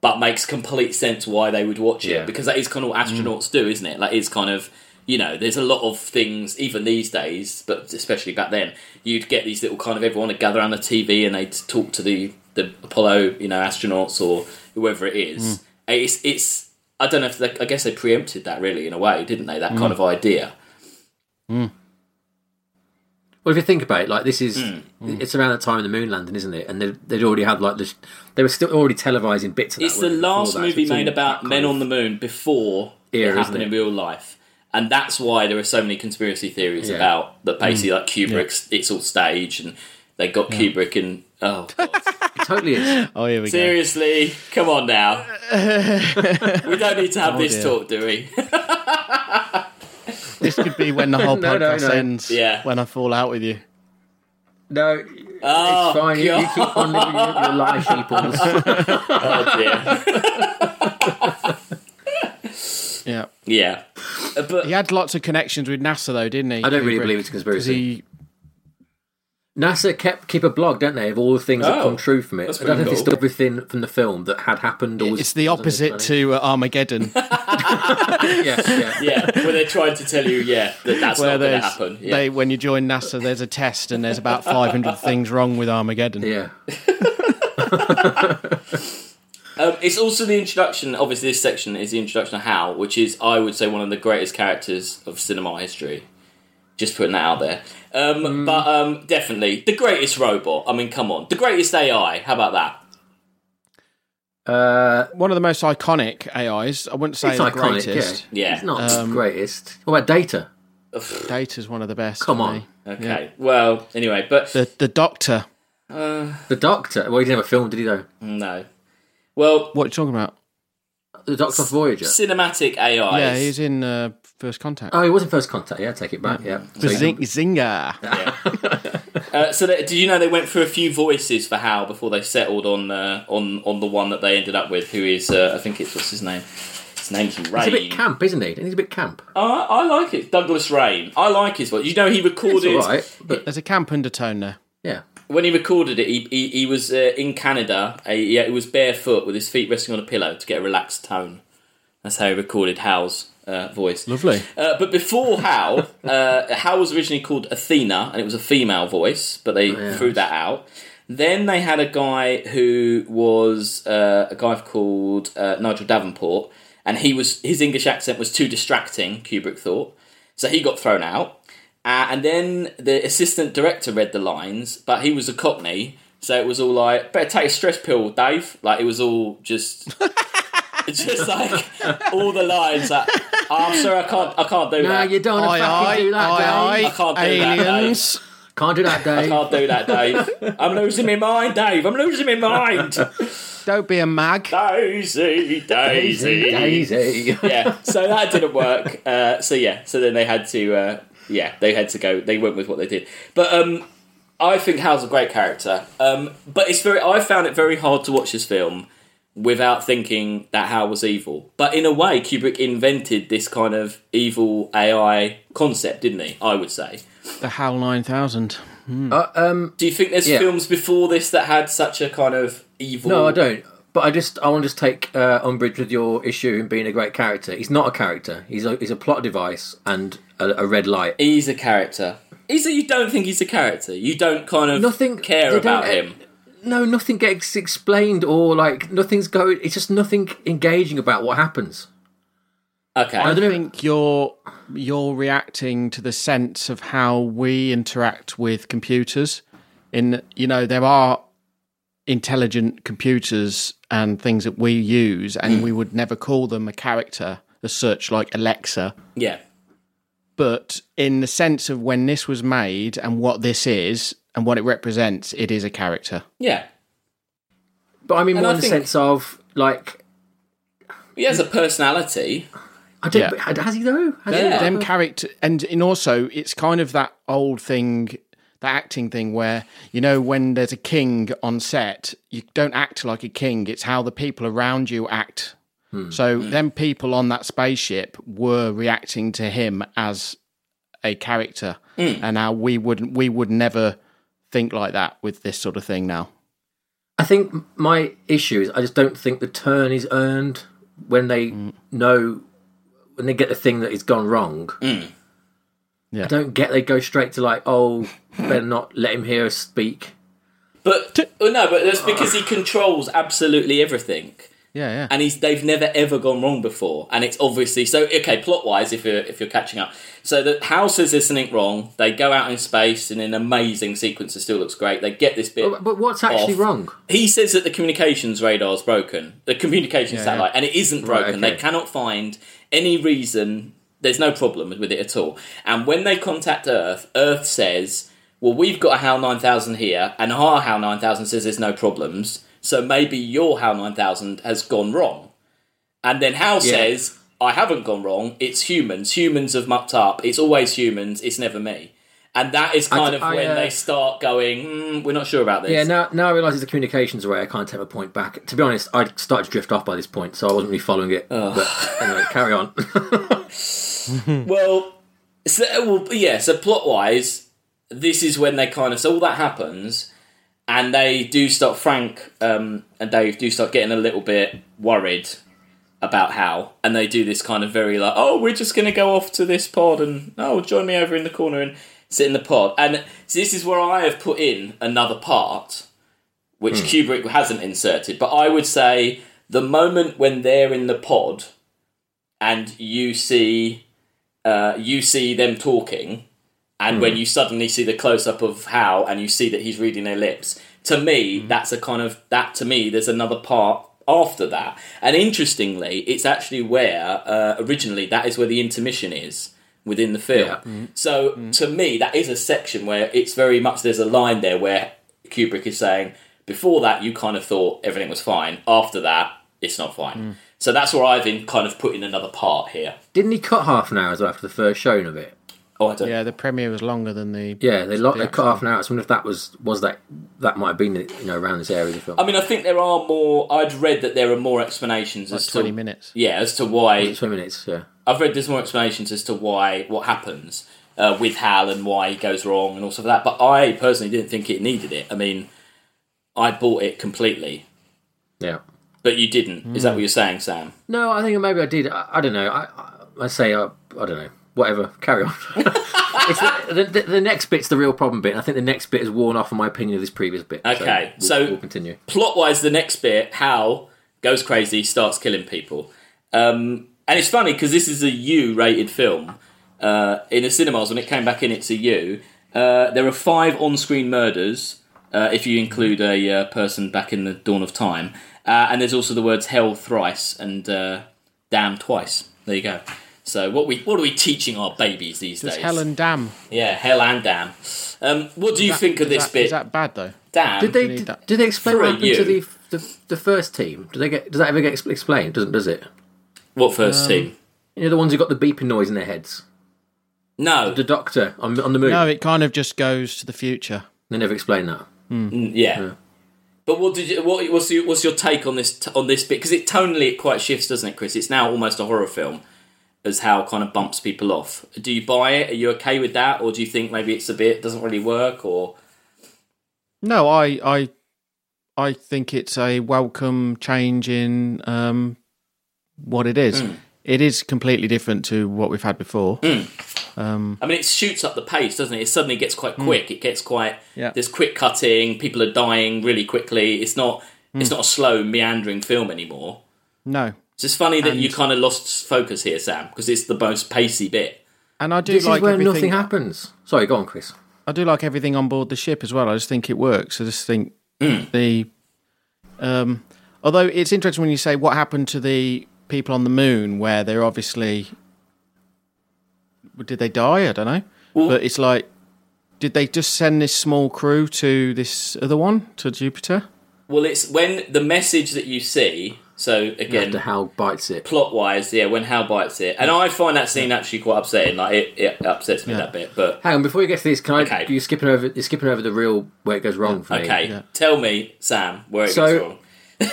S2: But makes complete sense why they would watch
S1: Yeah.
S2: it because that is kind of what astronauts do, isn't it? Like it's kind of you know, there's a lot of things even these days, but especially back then, you'd get these little kind of everyone would gather around the TV and they'd talk to the the Apollo you know astronauts or whoever it is. It's it's I don't know if they, I guess they preempted that really in a way, didn't they? That kind of idea.
S1: Well, if you think about it, like this is
S2: Hmm.
S1: it's around the time of the moon landing, isn't it? And they'd, they'd already had like this. They were still already televising bits of that.
S2: It's the last movie made about men on the moon before
S1: Era,
S2: it
S1: isn't
S2: happened
S1: it?
S2: in real life. And that's why there are so many conspiracy theories
S1: Yeah.
S2: about that basically like Kubrick's it's all staged and they got Kubrick and oh God.
S1: the totally is.
S3: Oh, here we
S2: (laughs)
S3: go.
S2: Seriously, come on now. we don't need to have this
S3: dear.
S2: talk, do we?
S3: This could be when
S1: (laughs)
S3: the whole
S1: No, no,
S3: podcast
S1: no.
S3: ends.
S2: Yeah.
S3: When I fall out with you.
S1: No,
S2: Oh,
S1: it's fine. You, you
S2: God.
S1: keep on living your, your life, sheeples.
S2: Oh, dear.
S3: Yeah.
S2: (laughs) yeah. Uh, But
S3: He had lots of connections with NASA, though, didn't he?
S1: I don't really
S3: Kubrick?
S1: believe it's a
S3: 'Cause
S1: conspiracy.
S3: He,
S1: NASA kept keep a blog, don't they, of all the things that
S2: Oh,
S1: come true from it.
S2: that's
S1: I don't know
S2: pretty
S1: if it's
S2: cool.
S1: everything from the film that had happened or was,
S3: it's the
S1: was on this
S3: opposite
S1: planet.
S3: to uh,
S1: (laughs)
S3: Armageddon.
S1: yeah, yeah.
S2: yeah, where they're trying to tell you, yeah, that that's
S3: where
S2: not going to
S3: there's,
S2: happen. Yeah.
S3: they, when you join NASA, there's a test and there's
S1: (laughs)
S3: about 500 things wrong with Armageddon. (laughs)
S1: yeah.
S2: Um, it's also the introduction. Obviously, this section is the introduction of Hal, which is, I would say, one of the greatest characters of cinema history. Just putting that out there. Um, But um, definitely the greatest robot. I mean, come on, the greatest AI. How about that?
S1: Uh,
S3: One of the most iconic AIs. I wouldn't say
S1: it's
S3: the
S1: iconic.
S3: greatest. Um,
S1: Yeah.
S2: Yeah.
S1: it's not the greatest. What about Data?
S3: Data's one of the best.
S1: Come
S3: for
S1: on.
S3: me.
S2: Okay. Well, anyway, but
S3: The, the Doctor.
S1: The Doctor. Well, he didn't have a film, did he? Though
S2: no. Well,
S3: What are you talking about?
S1: the Doctor off Voyager.
S2: cinematic AI.
S3: Yeah, he's in uh, First Contact.
S1: Oh, he was in First Contact. Yeah, take it back. Yeah.
S2: Mm.
S1: So he-
S3: Zing- Zinger.
S2: Uh, so, that, did you know they went through a few voices for Hal before they settled on uh, on on the one that they ended up with, who is uh, I think it's what's his name? His name's Ray.
S1: He's a bit camp, isn't he? He's a bit camp.
S2: I, I like it. Douglas Rain. I like his voice. You know, he
S1: It's
S2: recorded
S1: all right, but
S3: There's a camp undertone there.
S1: yeah.
S2: when he recorded it. He he, he was uh, in Canada. Uh, yeah, he was barefoot with his feet resting on a pillow to get a relaxed tone. That's how he recorded Hal's uh, voice.
S3: Lovely.
S2: Uh, but before Hal, uh, Hal was originally called Athena, and it was a female voice, but they threw that out. Then they had a guy who was uh, a guy called uh, Nigel Davenport, and he was his English accent was too distracting. Kubrick thought, so he got thrown out. Uh, and then the assistant director read the lines, but he was a Cockney, so it was all like, "Better take a stress pill, Dave." Like it was all
S1: (laughs)
S2: just, it's just like all the lines. Like, "Oh, I'm sorry, I can't, I can't do
S1: No,
S2: that.
S1: you don't
S3: Aye,
S1: wanna fucking do
S3: aye,
S1: that, Dave.
S3: aye,
S2: I can't
S3: aye.
S2: do that, Dave.
S3: Aliens.
S1: Can't do that,
S2: (laughs)
S1: Dave.
S2: can't do that,
S1: (laughs)
S2: Dave. I'm losing my mind, Dave. I'm losing my mind.
S3: Don't be a mag.
S2: Daisy, Daisy,
S1: Daisy.
S2: yeah. So that didn't work. Uh, so yeah. So then they had to. Uh, yeah, they had to go. They went with what they did. But um, I think Hal's a great character. Um, but it's very. I found it very hard to watch this film without thinking that Hal was evil. But in a way, Kubrick invented this kind of evil AI concept, didn't he? I would say.
S3: The HAL 9000.
S1: Uh, um,
S2: Do you think there's
S1: Yeah.
S2: films before this that had such a kind of evil?
S1: no, I don't. But I just, I want to just take uh, umbrage with your issue in being a great character. He's not a character. He's a, he's a plot device and a, a red light.
S2: He's a character. He's a, you don't think he's a character. You don't kind of
S1: Nothing-
S2: care
S1: they don't- e-
S2: about him.
S1: no, nothing gets explained or like nothing's going. It's just nothing engaging about what happens.
S2: Okay.
S1: I
S3: I
S1: don't know.
S3: think you're you're reacting to the sense of how we interact with computers. In you know there are intelligent computers and things that we use, and we would never call them a character as such, like Alexa.
S2: Yeah.
S3: But in the sense of when this was made and what this is and what it represents, it is a character.
S2: Yeah.
S1: But I mean,
S2: And
S1: more
S2: I
S1: in
S2: think-
S1: the sense of like,
S2: He has a personality.
S1: I don't.
S3: Yeah.
S1: Has he though? Has he? (laughs)
S2: Yeah.
S3: them character and and also it's kind of that old thing that acting thing where you know when there's a king on set you don't act like a king it's how the people around you act
S2: Hmm.
S3: so them people on that spaceship were reacting to him as a character
S2: Hmm.
S3: and how we would we would never think like that with this sort of thing now
S1: I think my issue is I just don't think the turn is earned when they know when they get the thing that has gone wrong.
S3: Yeah.
S1: I don't get they go straight to like, oh, better not let him hear us speak.
S2: But well, no, but that's because he controls absolutely everything.
S3: yeah yeah
S2: and he's they've never ever gone wrong before, and it's obviously so. Okay, plot wise, if you're if you're catching up, so the house says there's something wrong. They go out in space in an amazing sequence that still looks great. They get this bit,
S1: But, but what's actually
S2: Off.
S1: wrong?
S2: he says that the communications radar is broken, the communications satellite, and it isn't broken.
S1: okay.
S2: They cannot find any reason. There's no problem with it at all. And when they contact Earth, Earth says, "Well, we've got a HAL 9000 here, and our HAL 9000 says there's no problems. So maybe your HAL 9000 has gone wrong." And then HAL says, "I haven't gone wrong. It's humans. Humans have mucked up. It's always humans. It's never me." And that is kind of
S1: I,
S2: when
S1: uh,
S2: they start going, mm, "We're not sure about this."
S1: Yeah, now now I realise it's a communications array. I can't take my point back. To be honest, I started to drift off by this point, so I wasn't really following it. But anyway, carry on. (laughs)
S2: Well, so well, yeah. So plot wise, this is when they kind of so all that happens, and they do start. Frank um, and Dave do start getting a little bit worried about Hal, and they do this kind of very like, oh, we're just going to go off to this pod, and oh, join me over in the corner and sit in the pod. And so this is where I have put in another part, which Kubrick hasn't inserted, but I would say the moment when they're in the pod and you see uh, you see them talking, and when you suddenly see the close up of Hal and you see that he's reading their lips, to me, that's a kind of that. To me, there's another part after that, and interestingly, it's actually where uh, originally that is where the intermission is within the film. So to me, that is a section where it's very much there's a line there where Kubrick is saying, before that, you kind of thought everything was fine. After that, it's not fine. So that's where I've been kind of put in another part here.
S1: Didn't he cut half an hour as well after the first showing of it?
S2: Oh, I don't.
S3: yeah the premiere was longer than the
S1: Yeah, they lo- they cut half an hour. So I wonder if that was was that that might have been you know around this area of the film.
S2: I mean, I think there are more. I'd read that there are more explanations as
S3: twenty
S2: to
S3: minutes
S2: yeah, as to why
S1: Twenty minutes. Yeah.
S2: I've read there's more explanations as to why what happens uh, with Hal and why he goes wrong and all sort of that. But I personally didn't think it needed it. I mean, I bought it completely,
S1: Yeah.
S2: but you didn't. Is
S3: Hmm.
S2: that what you're saying, Sam?
S1: No, I think maybe I did. I, I don't know. I, I, I say I, I don't know. Whatever. Carry
S2: (laughs)
S1: on. it's the, the, the, the next bit's the real problem bit. And I think the next bit has worn off on my opinion of this previous bit.
S2: Okay,
S1: we'll,
S2: so-
S1: we'll continue.
S2: plot wise, the next bit, Hal goes crazy, starts killing people. Um, and it's funny because this is a U rated film. Uh, in the cinemas, when it came back in, it's a U. Uh, there are five on screen murders, uh, if you include a uh, person back in the dawn of time. Uh, and there's also the words hell thrice and uh, damn twice. There you go. So what we what are we teaching our babies these
S3: it's
S2: days?
S3: Helen Dam.
S2: yeah, hell and damn. Um, what do you think of
S3: Is
S2: this
S3: that-
S2: bit?
S3: Is that bad though?
S2: damn.
S1: Did they
S3: need
S1: did,
S3: that.
S1: did they explain
S2: For
S1: what
S2: a
S1: happened to
S2: you.
S1: the, the the first team? Do they get does that ever get expl- explained? Doesn't does it?
S2: what
S3: Um,
S2: first team?
S1: You know the ones who got the beeping noise in their heads.
S2: No,
S1: The doctor on on the moon.
S3: No, it kind of just goes to the future.
S1: They never explain that.
S2: Yeah. But what did you, what, what's your what's your take on this t- on this bit? Because it tonally it quite shifts, doesn't it, Chris? It's now almost a horror film, as how kind of bumps people off. Do you buy it? Are you okay with that, or do you think maybe it's a bit doesn't really work? Or
S3: No, I I I think it's a welcome change in um, what it is. It is completely different to what we've had before.
S2: I mean, it shoots up the pace, doesn't it? It suddenly gets quite quick. It gets quite
S3: Yeah.
S2: there's quick cutting. People are dying really quickly. It's not it's not a slow meandering film anymore.
S3: No,
S2: So it's funny that you kind of lost focus here, Sam, because it's the most pacey bit.
S3: and I do
S1: This
S3: like
S1: is where
S3: everything.
S1: nothing happens. Sorry, go on, Chris.
S3: I do like everything on board the ship as well. I just think it works. I just think the Um, although it's interesting when you say what happened to the people on the moon, where they're obviously did they die? I don't know, but it's like did they just send this small crew to this other one to Jupiter?
S2: Well, it's when the message that you see. So again,
S1: After Hal bites it.
S2: plot wise, yeah, when Hal bites it, and I find that scene actually quite upsetting. Like it, it upsets me that bit. But
S1: Hang on, before you get to this, can I?
S2: Okay.
S1: You're skipping over. You're skipping over the real where it goes wrong for me.
S2: okay, tell me, Sam, where it
S1: So-
S2: goes wrong.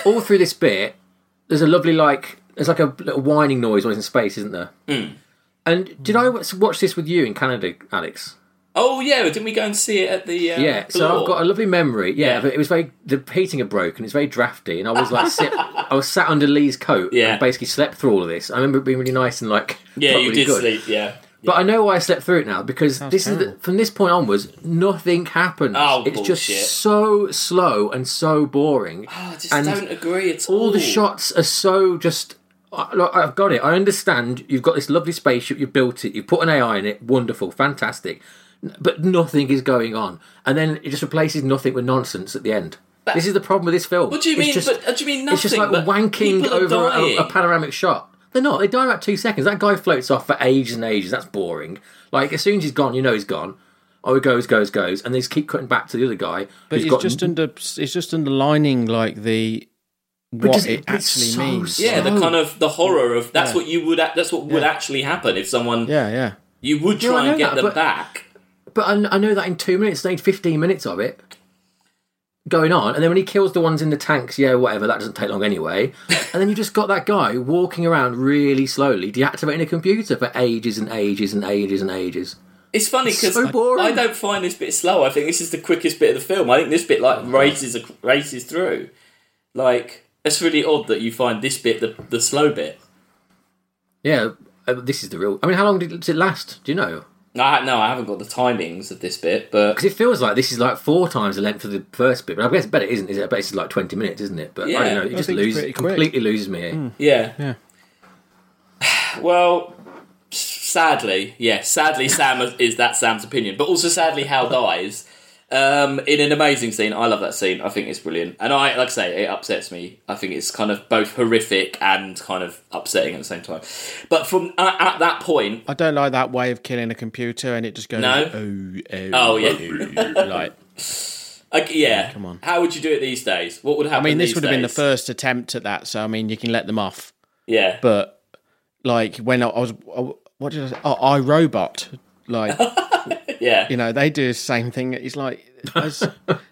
S1: all through this bit, there's a lovely like there's like a little whining noise when it's in space, isn't there?
S2: Hmm.
S1: And did I w- watch this with you in Canada, Alex?
S2: Oh yeah, didn't we go and see it at the uh,
S1: Yeah. So I've got a lovely memory. Yeah,
S2: Yeah.
S1: but it was very the heating had broken. It's very drafty, and I was like
S2: (laughs)
S1: sit, I was sat under Lee's coat.
S2: Yeah.
S1: And basically slept through all of this. I remember it being really nice and like
S2: yeah,
S1: felt
S2: you
S1: really
S2: did
S1: good.
S2: sleep, yeah.
S1: But I know why I slept through it now because this is
S3: terrible.
S1: the, from this point onwards, nothing happens.
S2: Oh,
S1: it's
S2: bullshit.
S1: just so slow and so boring.
S2: Oh, I just
S1: and
S2: don't agree at all.
S1: all the shots are so just. I- Look, I've got it. I understand. You've got this lovely spaceship. You've built it. You've put an AI in it. Wonderful, fantastic. N- But nothing is going on, and then it just replaces nothing with nonsense at the end. this is the problem with this film.
S2: What do you
S1: It's
S2: mean?
S1: just-
S2: but, uh, do you mean nothing?
S1: it's just like
S2: But
S1: wanking
S2: people are
S1: over a,
S2: dying.
S1: a panoramic shot. They're not. They die about two seconds. That guy floats off for ages and ages. That's boring. Like as soon as he's gone, you know he's gone. Oh, he goes, goes, goes, and they just keep cutting back to the other guy.
S3: But
S1: who's
S3: it's
S1: got
S3: just under it's just underlining like the what
S1: does
S3: it,
S1: it- but it's
S3: actually
S1: so
S3: means.
S2: Yeah, the
S1: No.
S2: kind of the horror of that's what you would. act- That's what would actually happen if someone
S3: Yeah, yeah.
S2: you would
S1: No, I
S2: try and
S1: know
S2: get
S1: that,
S2: them
S1: but-
S2: back.
S1: But I, I know that in two minutes, they need 15 minutes of it going on. And then when he kills the ones in the tanks, yeah, whatever, that doesn't take long
S2: (laughs)
S1: anyway. and then you just got that guy walking around really slowly, deactivating a computer for ages and ages and ages and ages.
S2: It's funny because
S1: so boring.
S2: I don't find this bit slow. I think this is the quickest bit of the film. I think this bit like races races through. Like it's really odd that you find this bit the the slow bit.
S1: Yeah, uh, this is the real. I mean, how long did, did it last? Do you know?
S2: No, I, no, I haven't got the timings of this bit, but
S1: Because it feels like this is like four times the length of the first bit. But I guess, bet it isn't, is it? I bet it's like 20 minutes, isn't it? But I
S2: Yeah.
S1: don't know. It
S2: I
S1: just
S3: think it's
S1: loses,
S3: pretty quick. Hmm.
S1: completely loses me here.
S2: yeah,
S3: Yeah.
S2: (sighs) Well, sadly, yeah, sadly, Sam is- is that Sam's opinion, but also sadly, Hal dies um, in an amazing scene. I love that scene. I think it's brilliant, and I, like I say, it upsets me. I think it's kind of both horrific and kind of upsetting at the same time. But from uh, at that point,
S3: I don't like that way of killing a computer and it just goes
S2: No.
S3: oh,
S2: Oh, yeah.
S3: oh," (laughs) like
S2: like, yeah,
S3: come on.
S2: how would you do it these days? What would happen?
S3: I mean this
S2: these
S3: would have been the
S2: days?
S3: first attempt at that, so I mean you can let them off.
S2: Yeah,
S3: But like when I, I was I, what did I say? Oh, I robot
S2: (laughs)
S3: like
S2: yeah,
S3: you know they do the same thing it's like as,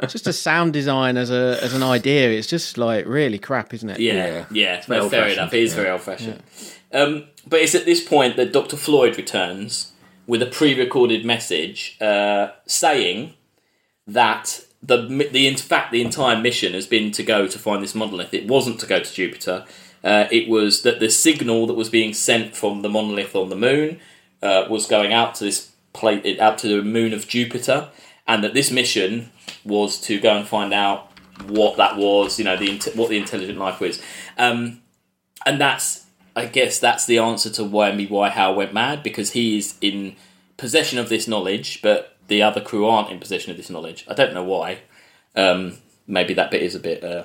S3: just a sound design as a as an idea it's just like really crap isn't it
S2: Yeah, yeah.
S1: very
S2: no, fair
S1: old-fashioned,
S2: enough. It is very old fashioned. Um, but it's at this point that Dr. Floyd returns with a pre recorded message uh, saying that. The, mi- the in fact the entire mission has been to go to find this monolith. It wasn't to go to Jupiter. Uh, it was that the signal that was being sent from the monolith on the moon uh, was going out to this plate out to the moon of Jupiter, and that this mission was to go and find out what that was. You know, the int- what the intelligent life was, um, and that's I guess that's the answer to why me why how went mad because he is in possession of this knowledge, but the other crew aren't in possession of this knowledge. I don't know why. Um, maybe that bit is a bit uh,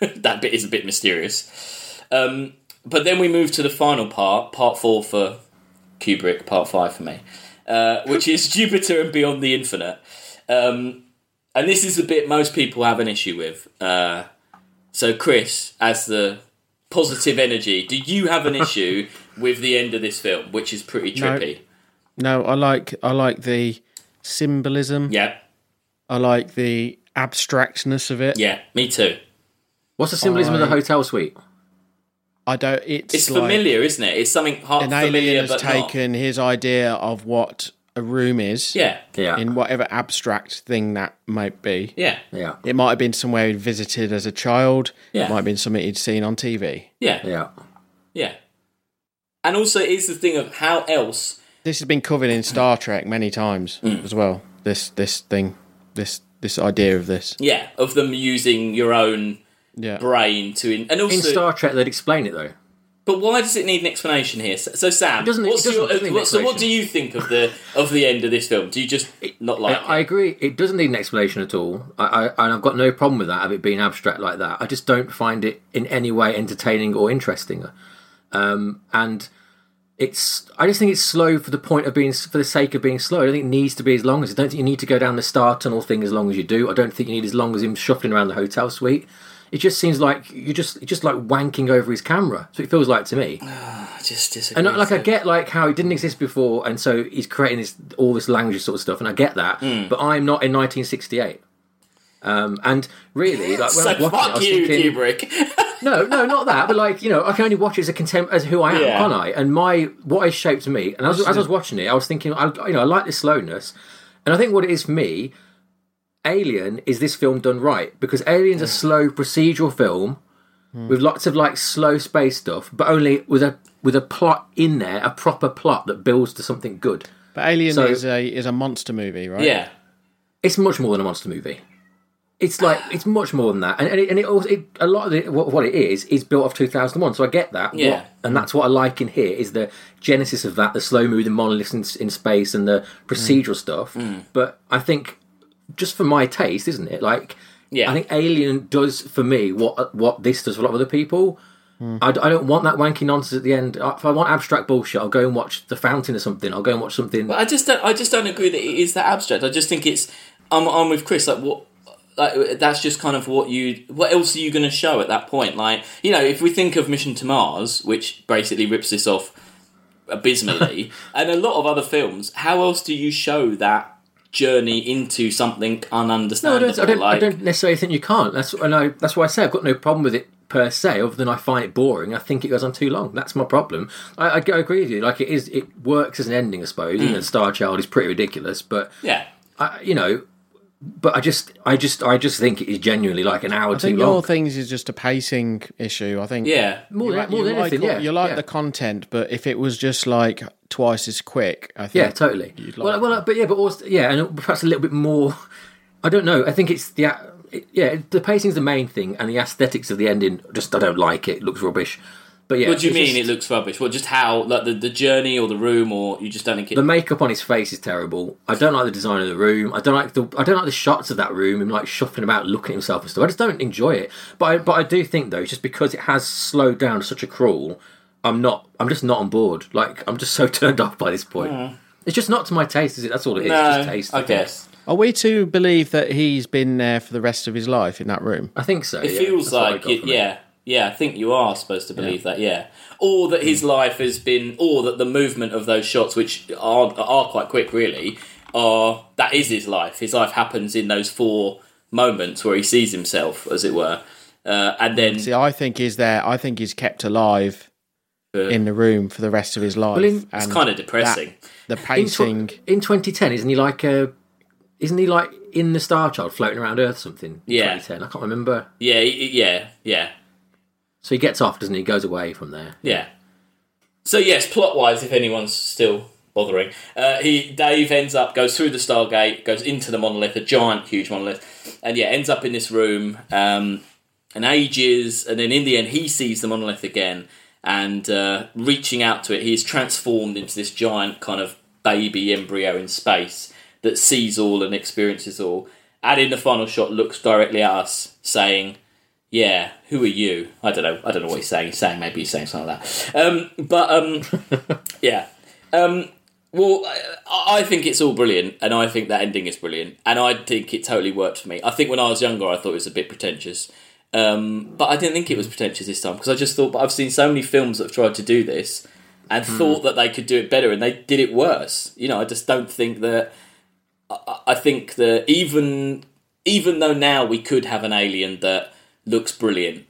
S2: (laughs) that bit is a bit mysterious. Um, but then we move to the final part, part four for Kubrick, part five for me, uh, which is (laughs) Jupiter and Beyond the Infinite. Um, and this is the bit most people have an issue with. Uh, so, Chris, as the positive energy, do you have an issue
S3: (laughs)
S2: with the end of this film, which is pretty trippy?
S3: no i like i like the symbolism
S2: Yeah,
S3: i like the abstractness of it
S2: yeah, me too.
S1: What's the symbolism of the
S3: I-
S1: hotel suite?
S3: i don't it's,
S2: It's
S3: like
S2: familiar, isn't it? It's something half
S3: an
S2: familiar,
S3: alien
S2: but
S3: has
S2: not.
S3: taken his idea of what a room is
S2: Yeah,
S1: Yeah.
S3: in whatever abstract thing that might be
S2: yeah,
S1: yeah.
S3: it might have been somewhere he'd visited as a child
S2: Yeah.
S3: it might have been something he'd seen on tv
S2: yeah, yeah.
S1: Yeah.
S2: And also, it's the thing of how else.
S3: This has been covered in Star Trek many times
S1: Hmm.
S3: as well. This this thing, this this idea of this.
S2: Yeah, of them using your own
S3: Yeah,
S2: brain to, in- and also
S1: In Star Trek, they'd explain it though.
S2: But why does it need an explanation here? So, so Sam,
S1: doesn't- it
S2: what's
S1: doesn't
S2: your,
S1: need an
S2: what- so what
S1: explanation.
S2: do you think of the of the end of this film? Do you just not like
S1: I, I
S2: it?
S1: agree. It doesn't need an explanation at all. I, I and I've got no problem with that of it being abstract like that. I just don't find it in any way entertaining or interesting. Um, and it's I just think it's slow for the point of being for the sake of being slow. I don't think it needs to be as long as. I don't think you need to go down the star tunnel thing as long as you do. I don't think you need as long as him shuffling around the hotel suite. It just seems like you just it's just like wanking over his camera. So it feels like to me.
S2: I just disagree.
S1: And not- like I
S2: so-
S1: get like how he didn't exist before, and so he's creating this all this language sort of stuff, and I get that.
S2: Hmm.
S1: But I'm not in 1968. Um, and really, like when I was watching it,
S2: so
S1: I
S2: fuck
S1: was
S2: you,
S1: thinking,
S2: Kubrick. (laughs)
S1: no, no, not that. But like you know, I can only watch it as a contempt as who I am,
S2: Yeah.
S1: can't I? And my what I shaped me. And as, as I was watching it, I was thinking, I, you know, I like this slowness, and I think what it is for me, Alien is this film done right because Alien's a slow procedural film with lots of like slow space stuff, but only with a with a plot in there, a proper plot that builds to something good.
S3: But Alien
S1: So-
S3: is a is a monster movie, right?
S2: yeah,
S1: It's much more than a monster movie. It's like it's much more than that, and and it, and it also it, a lot of the, what, what it is is built off two thousand one. So I get that,
S2: Yeah.
S1: What- and that's what I like in here is the genesis of that, the slow moving monoliths in, in space and the
S2: Mm.
S1: procedural stuff. But I think just for my taste, isn't it? Like,
S2: Yeah.
S1: I think Alien does for me what what this does for a lot of other people. I, d- I don't want that wanky nonsense at the end. I- If I want abstract bullshit, I'll go and watch The Fountain or something. I'll go and watch something.
S2: I just don't. I just don't agree that it is that abstract. I just think it's. I'm. I'm with Chris. Like what. Like that's just kind of what you. What else are you going to show at that point? Like you know, if we think of Mission to Mars, which basically rips this off
S1: (laughs)
S2: abysmally, and a lot of other films, how else do you show that journey into something
S1: No, I
S2: ununderstandable?
S1: don't, I, don't,
S2: like,
S1: I don't necessarily think you can't. That's and I, that's why I say I've got no problem with it per se, other than I find it boring. I think it goes on too long. That's my problem. I, I, I agree with you. Like it is, it works as an ending, I suppose.
S3: Mm.
S1: And Star Child is pretty ridiculous, but
S2: Yeah.
S1: I, you know, but I just, I just, I just think it is genuinely like an hour
S3: I think
S1: too long.
S3: your things is just a pacing issue. I think.
S2: Yeah.
S1: Oh. more than,
S3: Like,
S1: more
S3: you
S1: than
S3: like
S1: anything,
S3: what-
S1: yeah.
S3: You like
S1: yeah.
S3: the content, but if it was just like twice as quick, I think.
S1: Yeah, totally.
S3: you'd like
S1: well, well, but yeah, but also yeah, and perhaps a little bit more. I don't know. I think it's the a- it- yeah, the pacing's the main thing, and the aesthetics of the ending. Just I don't like it. It looks rubbish. But yeah,
S2: What do you
S1: it's
S2: mean
S1: just-
S2: it looks rubbish? What, just how, like the, the journey or the room, or you just don't think it.
S1: the makeup on his face is terrible. I don't like the design of the room. I don't like the I don't like the shots of that room. Him like shuffling about, looking at himself and stuff. I just don't enjoy it. But I, but I do think though, just because it has slowed down to such a crawl, I'm not. I'm just not on board. Like I'm just so (laughs) turned off by this point. It's just not to my taste, is it? That's all it is. it's
S2: Mm. no,
S1: just taste.
S2: I
S1: think.
S2: guess.
S3: Are we to believe that he's been there for the rest of his life in that room?
S1: I think so.
S2: It feels like, it, yeah, yeah. I think you are supposed to believe that, yeah. Or that his life has been, or that the movement of those shots, which are are quite quick, really, are that is his life. His life happens in those four moments where he sees himself, as it were, uh, and then
S3: See, I think he's there. I think he's kept alive in the room for the rest of his life.
S1: in-
S3: and
S2: Uh, it's kind of depressing.
S3: the
S1: In, tw-
S3: pacing.
S1: in 2010, isn't he like a? Isn't he like in the Star Child floating around Earth or something? in
S2: Yeah.
S1: 2010. I can't remember.
S2: Yeah, y- yeah, yeah,
S1: So he gets off, doesn't he? He Goes away from there.
S2: yeah. So yes, plot wise, if anyone's still bothering, uh, he Dave ends up goes through the Stargate, goes into the monolith, a giant, huge monolith, and yeah, ends up in this room. Um, and ages, and then in the end, he sees the monolith again, and uh, reaching out to it, he is transformed into this giant kind of baby embryo in space that sees all and experiences all. And in the final shot, looks directly at us, saying, "Yeah, who are you?" I don't know. I don't know what he's saying. He's saying maybe he's saying something like that. Um, but um, yeah. Um, well, I I think it's all brilliant, and I think that ending is brilliant, and I think it totally worked for me. I think when I was younger, I thought it was a bit pretentious, um, but I didn't think it was pretentious this time because I just thought. But I've seen so many films that have tried to do this and
S1: Hmm.
S2: thought that they could do it better, and they did it worse. You know, I just don't think that. I- I, I think that even even though now we could have an alien that looks brilliant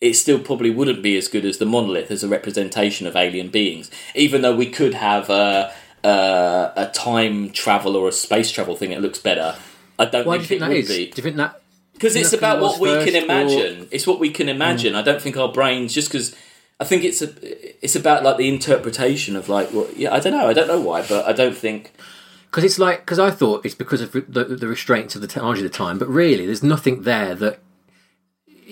S2: it still probably wouldn't be as good as the monolith as a representation of alien beings, even though we could have a, a, a time travel or a space travel thing that looks better. I don't
S1: Why do you
S2: think
S1: think that
S2: it would
S1: is?
S2: be
S1: Do you think that?
S2: because it's
S1: Nothing
S2: about what
S1: was
S2: we can
S1: first Mm.
S2: imagine. It's what we can imagine. I don't think our brains just because. I think it's a, it's about like the interpretation of like what yeah I don't know I don't know why but I don't think
S1: Because it's like because I thought it's because of the, the restraints of the technology at the time, but really, there's nothing there that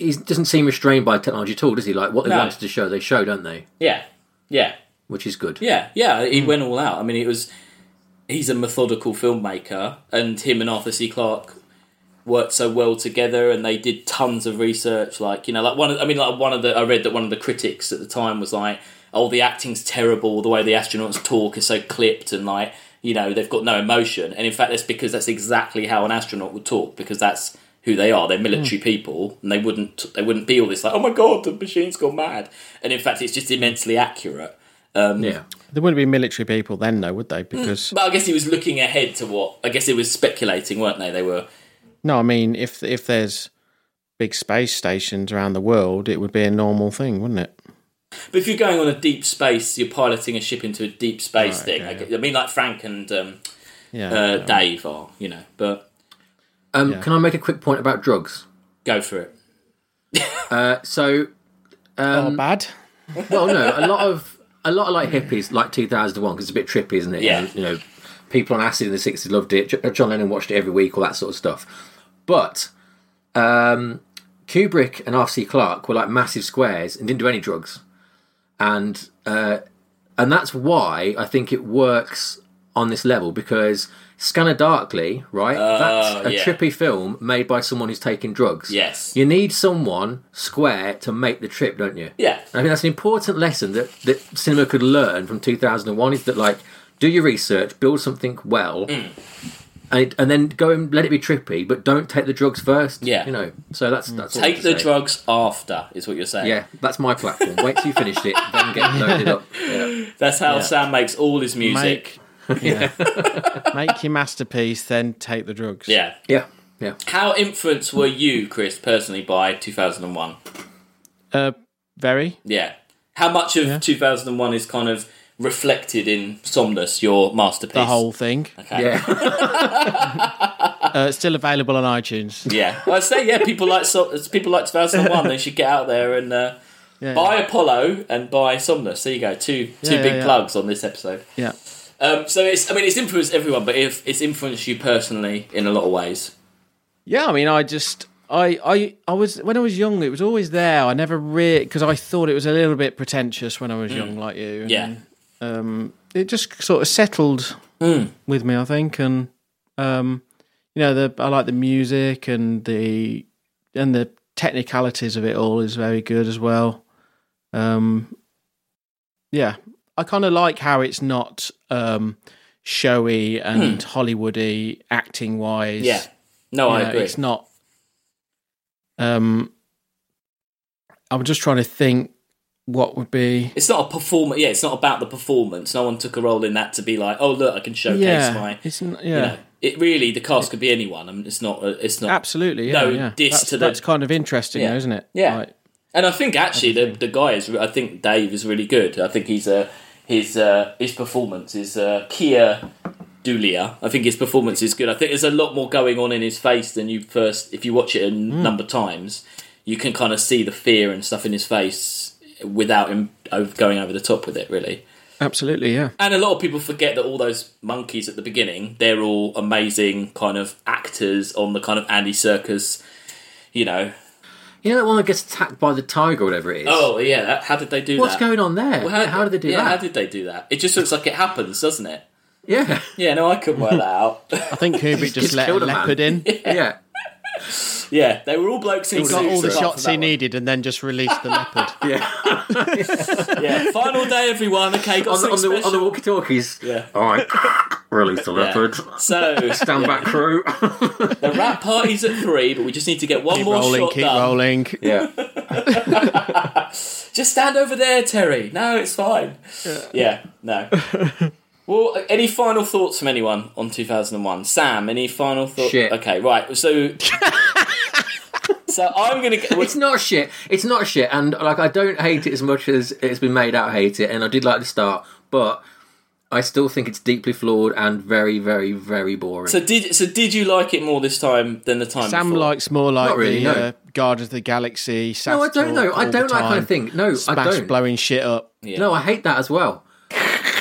S1: he doesn't seem restrained by technology at all, does he? Like what they
S2: No.
S1: wanted to show, they show, don't they?
S2: Yeah, yeah,
S1: Which is good.
S2: yeah, yeah. He went all out. I mean, it was he's a methodical filmmaker, and him and Arthur C. Clarke worked so well together, and they did tons of research. Like you know, like one. Of, I mean, like one of the I read that one of the critics at the time was like, "Oh, the acting's terrible. The way the astronauts talk is so clipped, and like you know, they've got no emotion." And in fact, that's because that's exactly how an astronaut would talk, because that's who they are. They're military people, and they wouldn't they wouldn't be all this like, "Oh my god, the machine's gone mad." And in fact, it's just immensely accurate.
S1: Yeah.
S3: There wouldn't be military people then, though, would they?
S2: Mm.
S3: Because
S2: But I guess he was looking ahead to what I guess it was speculating, weren't they? They were
S3: no, I mean, if if there's big space stations around the world, it would be a normal thing, wouldn't it?
S2: But if you're going on a deep space, you're piloting a ship into a deep space thing. I, gu- I mean, like Frank and um,
S3: Yeah.
S2: uh, Dave are, you know. But
S1: Um, Can I make a quick point about drugs?
S2: go for it.
S1: So,
S3: Not
S2: um,
S3: bad.
S1: well, no, a lot of a lot of like hippies like 2001 because it's a bit trippy, isn't it?
S2: Yeah.
S1: You know, you know, people on acid in the 60s loved it. Jo- John Lennon watched it every week, all that sort of stuff. But um, Kubrick and R.C. Clarke were like massive squares and didn't do any drugs, and uh, and that's why I think it works on this level because Scanner Darkly, right? that's a
S2: Oh, yeah.
S1: trippy film made by someone who's taking drugs.
S2: Yes.
S1: You need someone square to make the trip, don't you?
S2: Yeah.
S1: I think that's an important lesson that, that cinema could learn from 2001 is that, like, do your research, build something well,
S2: Mm.
S1: and, and then go and let it be trippy, but don't take the drugs first.
S2: Yeah.
S1: You know, so that's, that's all I
S2: Take
S1: have
S2: the
S1: to say.
S2: drugs after is what you're saying.
S1: Yeah, that's my platform. Wait till you finished it, then get loaded
S2: (laughs)
S1: up. Yeah.
S2: That's how Sam makes all his music.
S3: Make,
S2: (laughs)
S3: yeah. Make your masterpiece, then take the drugs.
S2: Yeah.
S1: Yeah. Yeah.
S2: How influenced were you, Chris, personally, by 2001?
S3: Uh, very.
S2: Yeah. How much of 2001 is kind of reflected in Somnus, your masterpiece?
S3: The whole thing.
S1: Yeah.
S3: Uh, it's still available on
S2: (laughs)
S3: iTunes.
S2: Yeah, Well, I say yeah. People like Som- people like 2001. They should get out there and uh,
S3: Yeah,
S2: buy Apollo and buy Somnus. There you go. Two two
S3: yeah,
S2: big
S3: yeah.
S2: plugs on this episode.
S3: Yeah.
S2: Um, so it's I mean it's influenced everyone, but if it's influenced you personally in a lot of ways.
S3: Yeah, I mean, I just, I, I, I was when I was young, it was always there. I never really because I thought it was a little bit pretentious when I was young, like you.
S2: Mm.
S3: and,
S2: Yeah,
S3: um, it just sort of settled
S2: Mm.
S3: with me, I think, and um, you know, the I like the music and the and the technicalities of it all is very good as well. Um, yeah, I kind of like how it's not um, showy and Hollywoody acting wise.
S2: Hmm. yeah. No, I
S3: You know,
S2: agree.
S3: It's not. Um, I'm just trying to think what would be.
S2: It's not a performance. Yeah, it's not about the performance. No one took a role in that to be like, oh look, I can showcase
S3: yeah,
S2: my.
S3: it's n- yeah,
S2: You know, it really the cast could be anyone. I mean, it's not. a- It's not.
S3: absolutely. Yeah,
S2: No
S3: yeah.
S2: diss
S3: that's,
S2: to the-
S3: that's kind of interesting,
S2: Yeah.
S3: though, isn't it?
S2: Yeah.
S3: Like,
S2: And I think actually the the guy is. I think Dave is really good. I think he's uh, his uh, his performance is uh, Kia Dulia. I think his performance is good. I think there's a lot more going on in his face than you first. If you watch it a number of times, you can kind of see the fear and stuff in his face without him over- going over the top with it. Really.
S3: absolutely. Yeah.
S2: And a lot of people forget that all those monkeys at the beginning, they're all amazing kind of actors on the kind of Andy Circus, you know.
S1: You know that one that gets attacked by the tiger or whatever it is?
S2: Oh, yeah, that, how did they do
S1: What's
S2: that?
S1: going on there?
S2: Well,
S1: how, did they do
S2: yeah, How
S1: that?
S2: did they do that? It just looks like it happens, doesn't it? (laughs)
S1: Yeah.
S2: Yeah, no, I couldn't work that out. (laughs)
S3: I think (laughs) Kubrick just
S1: just
S3: let a
S1: killed a man.
S3: leopard in. (laughs)
S1: Yeah.
S2: yeah, they were all blokes in
S3: He got
S2: suits
S3: all the
S2: apart from
S3: shots he
S2: that one.
S3: needed, and then just released the leopard.
S1: Yeah.
S2: (laughs) Yeah, final day, everyone. Okay, got
S1: on, the, on,
S2: something
S1: the, on the
S2: special.
S1: walkie talkies.
S2: Yeah.
S1: All right. (laughs) Release the leopard. (laughs)
S2: So
S1: Stand back crew.
S2: the rap party's at three, but we just need to get one
S3: (laughs) Keep
S2: more
S3: rolling,
S2: shot
S3: keep
S2: done.
S3: rolling.
S1: yeah.
S2: Just stand over there, Terry. No, it's fine. Yeah,
S3: (laughs)
S2: no. well, any final thoughts from anyone on 2001? Sam, any final thoughts?
S1: Shit.
S2: Okay, right.
S3: (laughs)
S2: So, so I'm gonna. Get,
S1: It's not shit. It's not shit. And like, I don't hate it as much as it's been made out. I hate it, and I did like the start, but I still think it's deeply flawed and very, very, very boring.
S2: so did so did you like it more this time than the time
S3: Sam
S2: before?
S3: likes more like
S1: Not really, no.
S3: the uh, Guardians of the Galaxy.
S1: no, I
S3: Sass
S1: don't know.
S3: talk
S1: I
S3: all the
S1: don't like kind
S3: time,
S1: of thing. No, I
S3: Smash
S1: don't.
S3: blowing shit up.
S1: No, I hate that as well.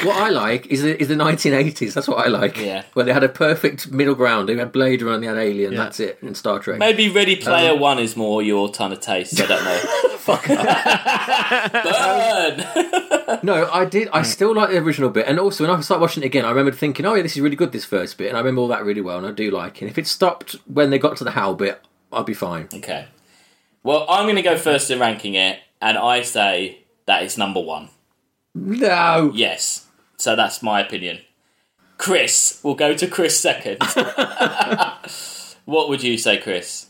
S1: what I like is the, is the 1980s. That's what I like.
S2: Yeah.
S1: Where they had a perfect middle ground. They had Blade Runner, they had Alien. That's it. And Star Trek.
S2: Maybe Ready Player
S3: Um,
S2: One is more your ton of taste. I don't know.
S3: (laughs)
S2: Fuck. Burn. (laughs)
S1: No, I did.
S3: Mm.
S1: I still like the original bit, and also when I started watching it again, I remembered thinking, "Oh yeah, this is really good." This first bit, and I remember all that really well, and I do like it. If it stopped when they got to the howl bit, I'd be fine.
S2: okay. Well, I'm going to go first in ranking it, and I say that it's number one.
S1: No,
S2: Yes. So that's my opinion. Chris, we'll go to Chris
S3: (laughs)
S2: second. (laughs) what would you say, Chris?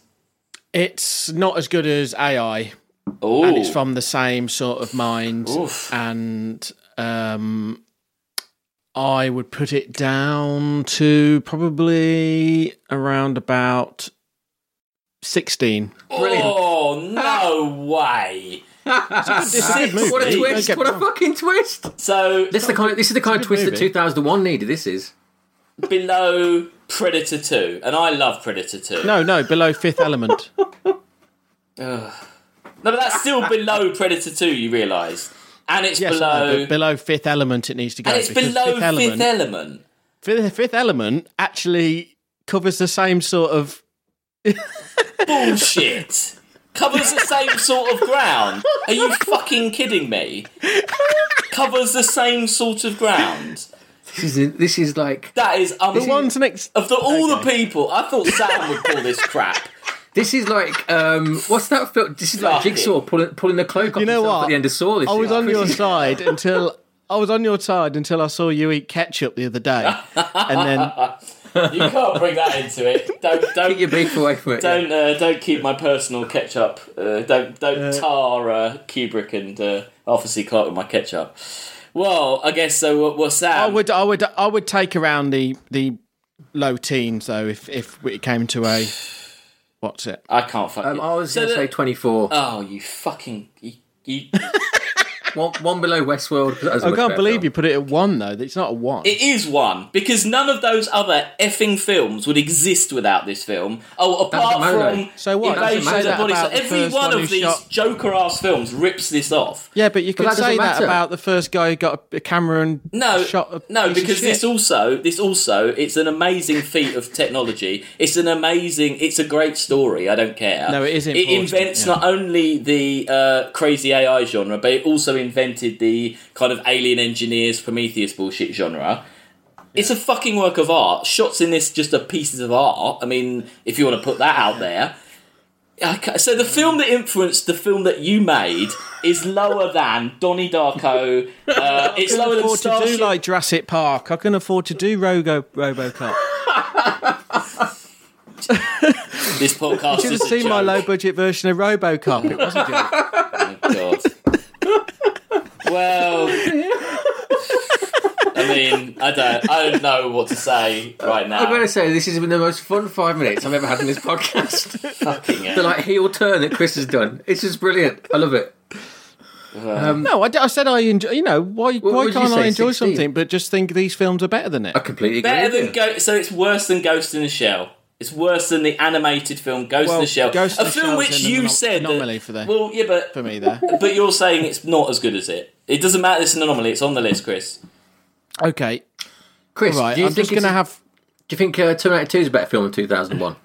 S3: It's not as good as AI.
S2: Oh,
S3: and it's from the same sort of mind.
S2: Oof.
S3: And um, I would put it down to probably around about 16.
S1: brilliant!
S2: Oh
S3: (laughs)
S2: no way!
S3: It's a good movie.
S1: What a
S3: Don't
S1: twist!
S3: get
S1: What a
S3: wrong.
S1: fucking twist!
S2: So
S1: This is the kind. Of, this is the kind of twist that
S3: movie.
S1: 2001 needed. This is.
S2: below Predator Two, and I love Predator Two.
S3: No, no, below Fifth
S2: (laughs)
S3: Element.
S2: No, but that's still below Predator 2, you realise. And it's
S3: Yes, I know,
S2: below.
S3: but below Fifth Element it needs to go.
S2: and it's
S3: because
S2: below Fifth e- Element.
S3: Fifth, Fifth Element actually covers the same sort of.
S2: Bullshit! Oh, Covers the same sort of ground. Are you fucking kidding me? Covers the same sort of ground.
S1: This is. This is like.
S2: That is
S3: The
S2: unbelievable.
S3: one's next.
S2: Of the, all the people, I thought Sam would call this crap.
S1: This is like. Um. What's that film? This is like
S2: Fuck it.
S1: Jigsaw pulling pulling the cloak off
S3: know
S1: himself at
S3: what?
S1: the end of Saw. This
S3: I was
S1: year.
S2: (laughs)
S1: (laughs)
S3: on your side until. I was on your side until I saw you eat ketchup the other day, and then
S2: You can't bring that into it. Don't
S1: Keep your
S2: don't
S1: beef away from it. yeah.
S2: don't uh, don't keep my personal ketchup. Uh, don't don't tar uh, Kubrick and uh, Arthur C. Clarke with my ketchup. Well, I guess so. Well, Sam,
S3: I would, I would, I would take around the the low teens though. If if it came to a what's it?
S2: I can't fucking.
S1: Um, I was
S2: So
S1: going to
S2: the-
S1: say 24.
S3: Uh,
S2: Oh, you fucking. You, you,
S1: one, one below Westworld.
S3: I can't believe you put it at one though. It's not a one.
S2: it is one because none of those other effing films would exist without this film. Oh, apart
S1: doesn't matter,
S2: from
S1: though.
S3: So what?
S2: Invasion
S1: Doesn't
S2: of the
S1: matter.
S2: Body. So
S3: About the
S2: every
S3: first
S2: one
S3: one
S2: of
S3: who
S2: these
S3: shot-
S2: Joker ass films rips this off.
S3: yeah, but you could
S1: that doesn't
S3: say that
S1: matter.
S3: about the first guy who got a, a camera and
S2: No,
S3: shot. A
S2: no,
S3: piece of
S2: because this
S3: shit.
S2: also, this also, it's an amazing feat of technology. It's an amazing, it's a great story. I don't care.
S3: No, it is
S2: It
S3: important,
S2: invents
S3: yeah.
S2: not only the uh, crazy AI genre, but it also invented the kind of alien engineers Prometheus bullshit genre. It's a fucking work of art. Shots in this just are pieces of art. I mean, if you want to put that out there. Okay, so the film that influenced the film that you made is lower than Donnie Darko. Uh, it's
S3: I
S2: lower
S3: can
S2: than
S3: afford to do
S2: Starship
S3: like Jurassic Park. I can afford to do Rogo RoboCop. (laughs)
S2: This podcast
S3: Should
S2: is a
S3: have seen
S2: joke.
S3: my low budget version of RoboCop. It wasn't good.
S2: Oh, God. well, I mean, I don't, I don't know what to say right now.
S1: I'm going to say this has been the most fun five minutes I've ever had in this podcast.
S2: Fucking hell.
S1: (laughs) the like heel turn that Chris has done. It's just brilliant. I love it.
S3: (laughs) No, I, d- I said I enjoy. You know, why why
S1: would you
S3: can't I
S1: say,
S3: enjoy
S1: 16?
S3: something? But just think these films are better than it.
S1: I completely agree.
S2: Better
S1: with
S2: than
S1: you.
S2: Go- so it's worse than Ghost in the Shell. It's worse than the animated film Ghost in
S3: Well,
S2: the Shell,
S3: Ghost
S2: a
S3: in the
S2: film
S3: Shell's
S2: which
S3: an
S2: you
S3: anom-
S2: said that-
S3: anomaly for the-
S2: Well, yeah, but
S3: for me, there.
S2: but you're saying it's not as good as it. It doesn't matter. It's an anomaly. It's on the list, Chris.
S3: Okay,
S1: Chris.
S3: right.
S1: do you
S3: I'm
S1: think
S3: just gonna
S1: it's-
S3: have.
S1: Do you think uh, Terminator 2 is a better film than
S2: (sighs)
S1: 2001?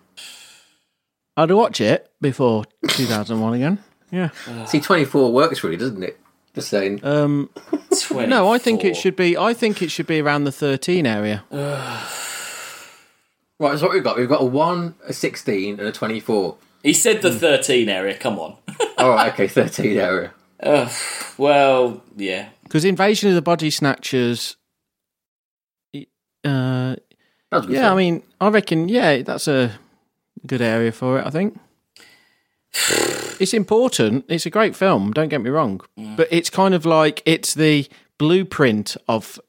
S3: I'd watch it before 2001 again. Yeah.
S1: See, 24 works really, doesn't it? Just saying.
S3: Um,
S2: 24.
S3: no, I think it should be. I think it should be around the 13 area.
S1: right, that's what we've got. We've got a one, a 16, and a 24.
S2: He said
S3: Hmm.
S2: the 13 area. Come on.
S1: All right, okay, (laughs) 13 area.
S2: Well, yeah.
S3: Because Invasion of the Body Snatchers. Uh,
S1: That was a good
S3: yeah,
S1: film.
S3: I mean, I reckon. Yeah, that's a good area for it. I think. (sighs) It's important. It's a great film. Don't get me wrong, but it's kind of like it's the blueprint of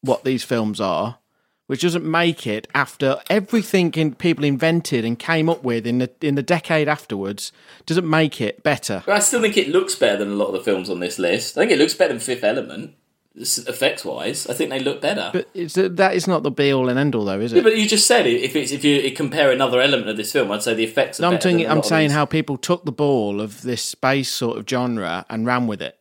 S3: what these films are, which doesn't make it after everything in, people invented and came up with in the in the decade afterwards doesn't make it better.
S2: But I still think it looks better than a lot of the films on this list. I think it looks better than Fifth Element, effects wise. I think they look better. But,
S3: But it's, that is not the be all and end all, though, is it?
S2: you just said if it's if you compare another element of this film, I'd say the effects. Are
S3: I'm,
S2: better
S3: saying
S2: than a lot
S3: I'm
S2: of
S3: saying
S2: these.
S3: how people took the ball of this space sort of genre and ran with it.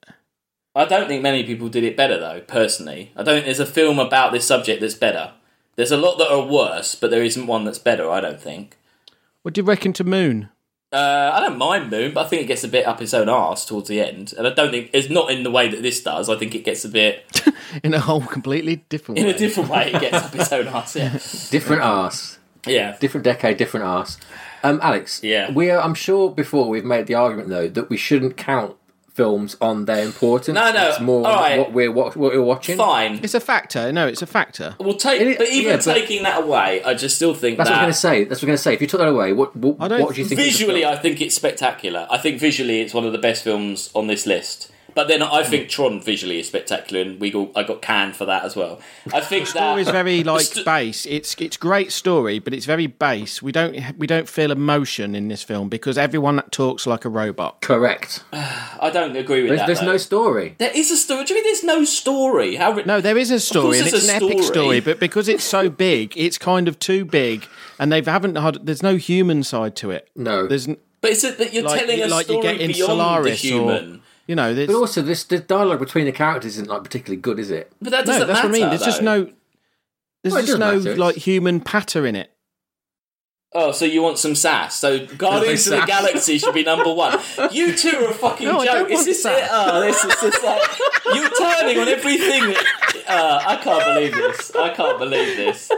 S2: I don't think many people did it better though. Personally, I don't. think There's a film about this subject that's better. There's a lot that are worse, but there isn't one that's better. I don't think.
S3: What do you reckon to Moon?
S2: Uh, I don't mind Moon, but I think it gets a bit up its own arse towards the end, and I don't think it's not in the way that this does. I think it gets a bit
S3: In a whole completely different
S2: in
S3: way.
S2: a different way. It gets up its
S3: (laughs)
S2: own arse. Yeah,
S1: Different ass.
S2: yeah.
S1: different decade, different arse. Um, Alex,
S2: Yeah.
S1: we are. I'm sure before we've made the argument though that we shouldn't count films on their importance.
S2: No, no,
S1: it's more
S2: all right.
S1: what we're what, what we're watching.
S2: fine.
S3: it's a factor. No, it's a factor.
S2: Well, take
S1: It-
S2: but even
S1: yeah, but-
S2: taking that away, I just still think
S1: That's what I
S2: that
S1: was going to say. That's what I was going to say. If you took that away, what what,
S3: I don't-
S1: what do you think? of the
S2: visually,
S1: film?
S2: I think it's spectacular. I think visually, it's one of the best films on this list. But then I
S3: Mm.
S2: think Tron visually is spectacular, and we got, I got canned for that as well. I think
S3: story
S2: that (laughs)
S3: is very like
S2: st-
S3: base. It's it's great story, but it's very base. We don't we don't feel emotion in this film because everyone talks like a robot.
S1: correct.
S2: I don't agree with
S1: There's,
S2: that.
S1: there's
S2: though.
S1: no story.
S2: there is a story. Do you mean there's no story? How ri-
S3: No, there is a
S2: course
S3: story, and
S2: there's
S3: it's an
S2: a
S3: epic
S2: story.
S3: story, but because it's so big, it's kind of too big, and they haven't had. There's no human side to it.
S1: No.
S3: there's n-
S2: But it's a, that you're
S3: like,
S2: telling a
S3: like you
S2: story
S3: get in
S2: beyond
S3: Solaris
S2: the human.
S3: or you know. There's,
S1: But also, this the dialogue between the characters isn't like particularly good, is it?
S2: but that
S3: no,
S2: doesn't
S3: that's
S2: matter.
S3: what I mean. There's just
S2: though.
S3: no. There's
S1: Well, it doesn't
S3: just no
S1: matter, it's-
S3: like human patter in it.
S2: Oh, so you want some sass? So Guardians of the
S1: sass.
S2: Galaxy should be number one. You two are a fucking
S3: No, I
S2: joke.
S3: don't
S2: is
S3: want
S2: this
S3: sass.
S2: it? Oh, this is just like you're turning on everything. That, uh, I can't believe this. I can't believe this.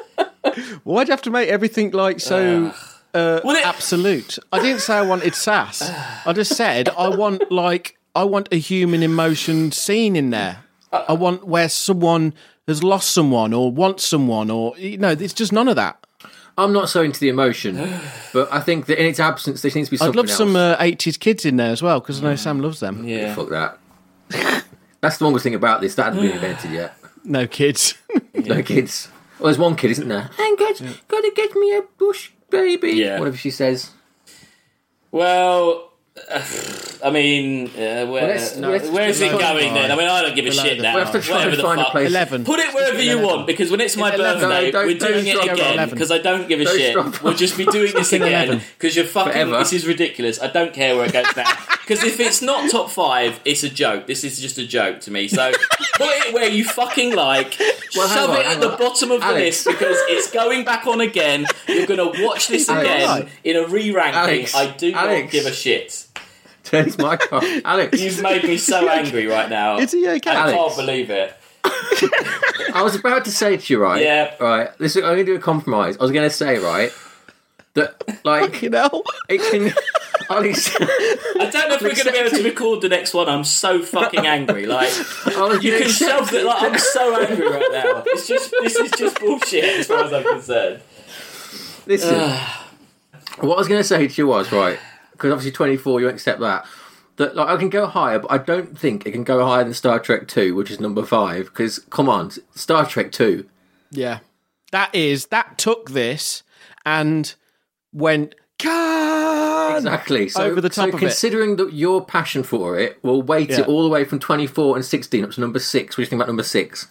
S3: Why'd you have to make everything like so uh,
S2: Well, it-
S3: absolute? I didn't say I wanted sass. I just said I want like I want a human emotion scene in there. I want where someone has lost someone or wants someone or you know, it's just none of that.
S1: I'm not so into the
S2: (sighs)
S1: emotion, but I think that in its absence, there seems to be something
S3: I'd love
S1: else.
S3: some uh, 80s kids in there as well because I know Sam loves them.
S2: Yeah.
S1: Fuck that. (laughs) That's the longest thing about this. That
S2: (sighs)
S1: hasn't been invented yet. (laughs)
S3: No kids.
S1: No kids. Well, there's one kid, isn't there? And get, gotta get me a bush baby.
S2: Yeah.
S1: Whatever she says.
S2: Well, I mean, uh, where,
S1: let's- no, let's-
S2: where's it
S1: let's
S2: going then? I mean, I don't give a shit
S3: the
S2: now.
S1: We'll have to try
S2: Whatever
S1: and
S2: the
S1: find a
S2: fuck.
S1: place.
S3: 11.
S2: Put it wherever you want because when it's my
S3: 11.
S2: birthday,
S1: No, don't-
S2: we're doing
S1: don't
S2: it
S1: stop at
S2: again
S3: 11.
S2: because I don't give a
S1: Don't
S2: shit.
S1: stop.
S2: We'll just be doing this
S3: Fucking
S2: again
S3: 11.
S2: because you're fucking.
S1: Forever.
S2: This is ridiculous. I don't care where it goes
S1: (laughs)
S2: now because if it's not top five, it's a joke. This is just a joke to me. So put it where you fucking like.
S1: Well, hang
S2: shove
S1: on,
S2: it at
S1: hang
S2: the
S1: on.
S2: bottom of the
S1: Alex.
S2: list because it's going back on again. You're gonna watch this
S3: Alex.
S2: again in a re-ranking.
S1: Alex.
S2: I do not
S1: Alex.
S2: give a shit.
S1: Turns my (laughs) car. (laughs) Alex,
S2: You've made me so angry right now.
S3: Is he okay?
S2: I
S1: Alex.
S2: can't believe it.
S1: I was about to say to you, right?
S2: Yeah.
S1: Right. This is, I'm going to do a compromise. I was going to say, right, that, like,
S3: you know?
S1: it (laughs) can. Alex,
S2: I don't know if we're going to be able to record the next one. I'm so fucking angry. Like
S1: Alex, (laughs)
S2: you can
S1: accept-
S2: shove that. Like I'm so angry right now. It's just this is just bullshit as far as I'm concerned.
S1: Listen, what I was going to say to you was right because obviously 24, you won't accept that. That like I can go higher, but I don't think it can go higher than Star Trek Two, which is number five. Because come on, Star Trek Two.
S3: (laughs) Yeah. That is that took this and went can
S1: Exactly. So,
S3: Over the top
S1: so
S3: of it.
S1: considering that your passion for it will weight
S3: Yeah.
S1: it all the way from 24 and 16 up to number six. What do you think about number six?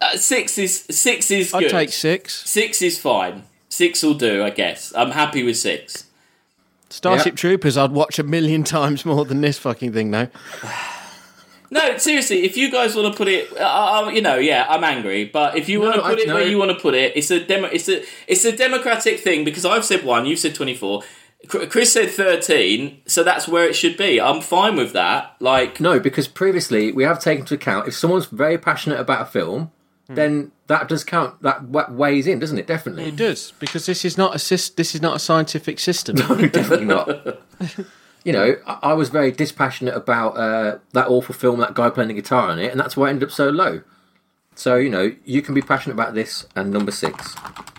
S2: Uh, six is six is
S3: I'd
S2: good.
S3: take 6.
S2: Six is fine. Six will do, I guess. I'm happy with six.
S3: Starship
S1: Yeah.
S3: Troopers, I'd watch a million (laughs) times more than this fucking thing, though.
S2: No, seriously. If you guys want to put it, uh, uh, you know, yeah, I'm angry. But if you want to
S1: I-
S2: put it
S1: no.
S2: where you want to put it, it's a demo. It's a it's a democratic thing because I've said one, you've said twenty four. Chris said 13, so that's where it should be. I'm fine with that. Like,
S1: No, because previously we have taken into account if someone's very passionate about a film,
S3: Hmm.
S1: then that does count. That wa- weighs in, doesn't it? Definitely. (laughs)
S3: It does because this is not a sys- this is not a scientific system.
S1: Definitely not. You know, I I was very dispassionate about uh, that awful film, that guy playing the guitar on it, and that's why it ended up so low. So, you know, you can be passionate about this and number six.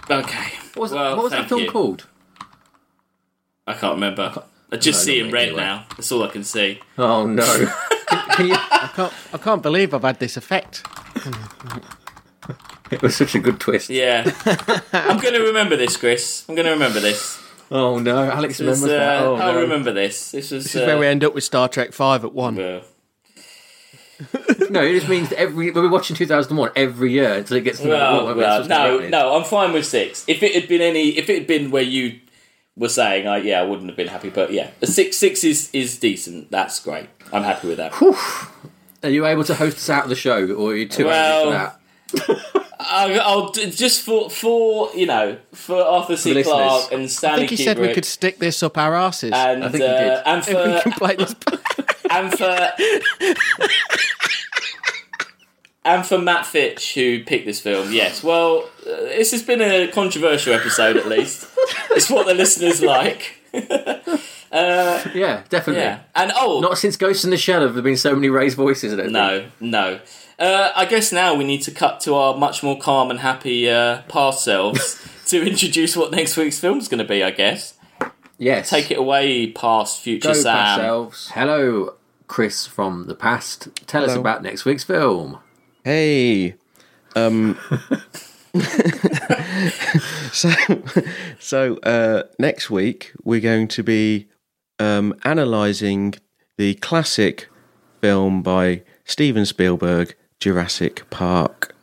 S2: Okay.
S1: What was,
S2: well,
S1: what was
S2: thank
S1: that film
S2: you.
S1: called?
S2: I can't remember. I just
S1: No, not
S2: see him
S1: me,
S2: red
S1: anyway.
S2: now. That's all I can see.
S1: Oh,
S2: (laughs)
S1: no. Can- can you-
S3: (laughs) I can't I can't believe I've had this effect.
S1: It was such a good twist.
S2: Yeah. (laughs) I'm going to remember this, Chris. I'm going to remember this.
S1: Oh no, Alex
S2: This,
S1: remembers that.
S2: uh,
S1: Oh,
S2: I'll
S1: no.
S2: remember this. This uh, was.
S3: This is where we end up with Star Trek Five at one.
S2: uh,
S1: No, it just means that every we're watching 2001 every year until it gets. to number
S2: well,
S1: one, whether
S2: well,
S1: it's what's
S2: no,
S1: rated.
S2: no, I'm fine with six. If it had been any, if it had been where you were saying, I yeah, I wouldn't have been happy. But yeah, a six, six is is decent. That's great. I'm happy with that.
S1: Are you able to host us out of the show, or are you too
S2: Well,
S1: angry for that?
S2: I, I'll d- just for for you know for Arthur C.
S1: the
S2: Clarke
S1: listeners.
S2: and
S4: I
S2: Stanley
S4: think he said we
S2: Kubrick
S4: could stick this up our asses.
S3: (laughs)
S2: and
S1: I think he
S2: uh,
S1: did.
S2: and
S4: if we
S2: for
S4: can play this
S2: and for and for Matt Fitch who picked this film. Yes, well, uh, this has been a controversial episode. At least it's what the listeners like.
S1: Yeah, definitely.
S2: Yeah, and oh,
S1: Not since Ghost in the Shell have there been so many raised voices. I don't think.
S2: No, no. Uh, I guess now we need to cut to our much more calm and happy uh, past selves
S3: (laughs)
S2: to introduce what next week's film's going to be. I guess
S1: Yes.
S2: take it away, past future
S1: Go
S2: Sam.
S1: past elves. Hello, Chris from the past. Tell us
S3: Hello.
S1: about next week's film.
S3: Hey. Um, so, so uh, next week we're going to be um, analysing the classic film by Steven Spielberg, Jurassic Park,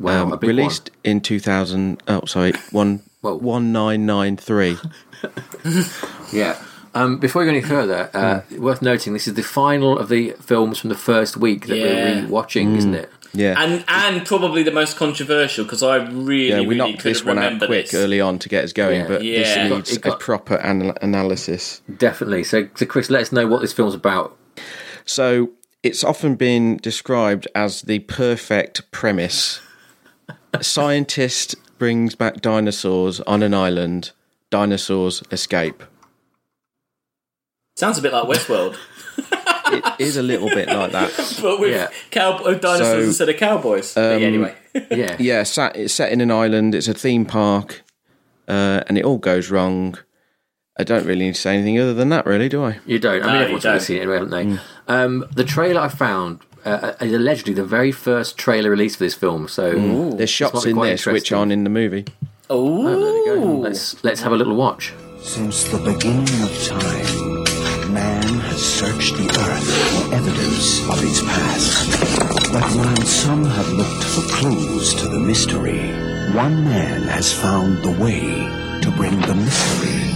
S1: Wow,
S3: um,
S1: a big
S3: released in two thousand. Oh, sorry, one
S1: (laughs) Whoa.
S3: one nine nine three.
S1: one. Yeah. Um, before we go any further, uh,
S3: Hmm.
S1: worth noting this is the final of the films from the first week that
S2: Yeah.
S1: we're rewatching, isn't
S3: Hmm.
S1: it? (laughs)
S3: Yeah,
S2: And and probably the most controversial because I really
S3: yeah, we
S2: really
S3: knocked
S2: couldn't
S3: this one out
S2: remember
S3: quick
S2: this.
S3: early on to get us going,
S1: Yeah.
S3: but
S2: Yeah. It
S3: this
S2: got-
S3: needs
S1: it got-
S3: a proper anal- analysis.
S1: Definitely. So, so, Chris, let us know what this film's about.
S3: So it's often been described as the perfect premise. A scientist brings back dinosaurs on an island. Dinosaurs escape.
S2: Sounds a bit like Westworld,
S3: It is a little bit like that.
S2: (laughs) but with
S1: Yeah.
S2: cowboy oh, dinosaurs
S3: So, um,
S2: instead of cowboys. But yeah, anyway,
S1: Yeah.
S3: Yeah, sat, it's set in an island. It's a theme park, uh, and it all goes wrong. I don't really need to say anything other than that, really, do I?
S1: You don't. I mean,
S2: you
S1: everyone's already
S2: don't.
S1: seen it, anyway, haven't they? Um, the trailer I found uh, is allegedly the very first trailer released for this film. So
S3: There's
S1: might
S3: shots
S1: be
S3: in
S1: quite
S3: this which
S1: interesting.
S3: aren't in the movie.
S1: there we go. Let's let's have a little watch.
S5: Since the beginning of time, man has searched the earth for evidence of his past. But while some have looked for clues to the mystery, one man has found the way to bring the mystery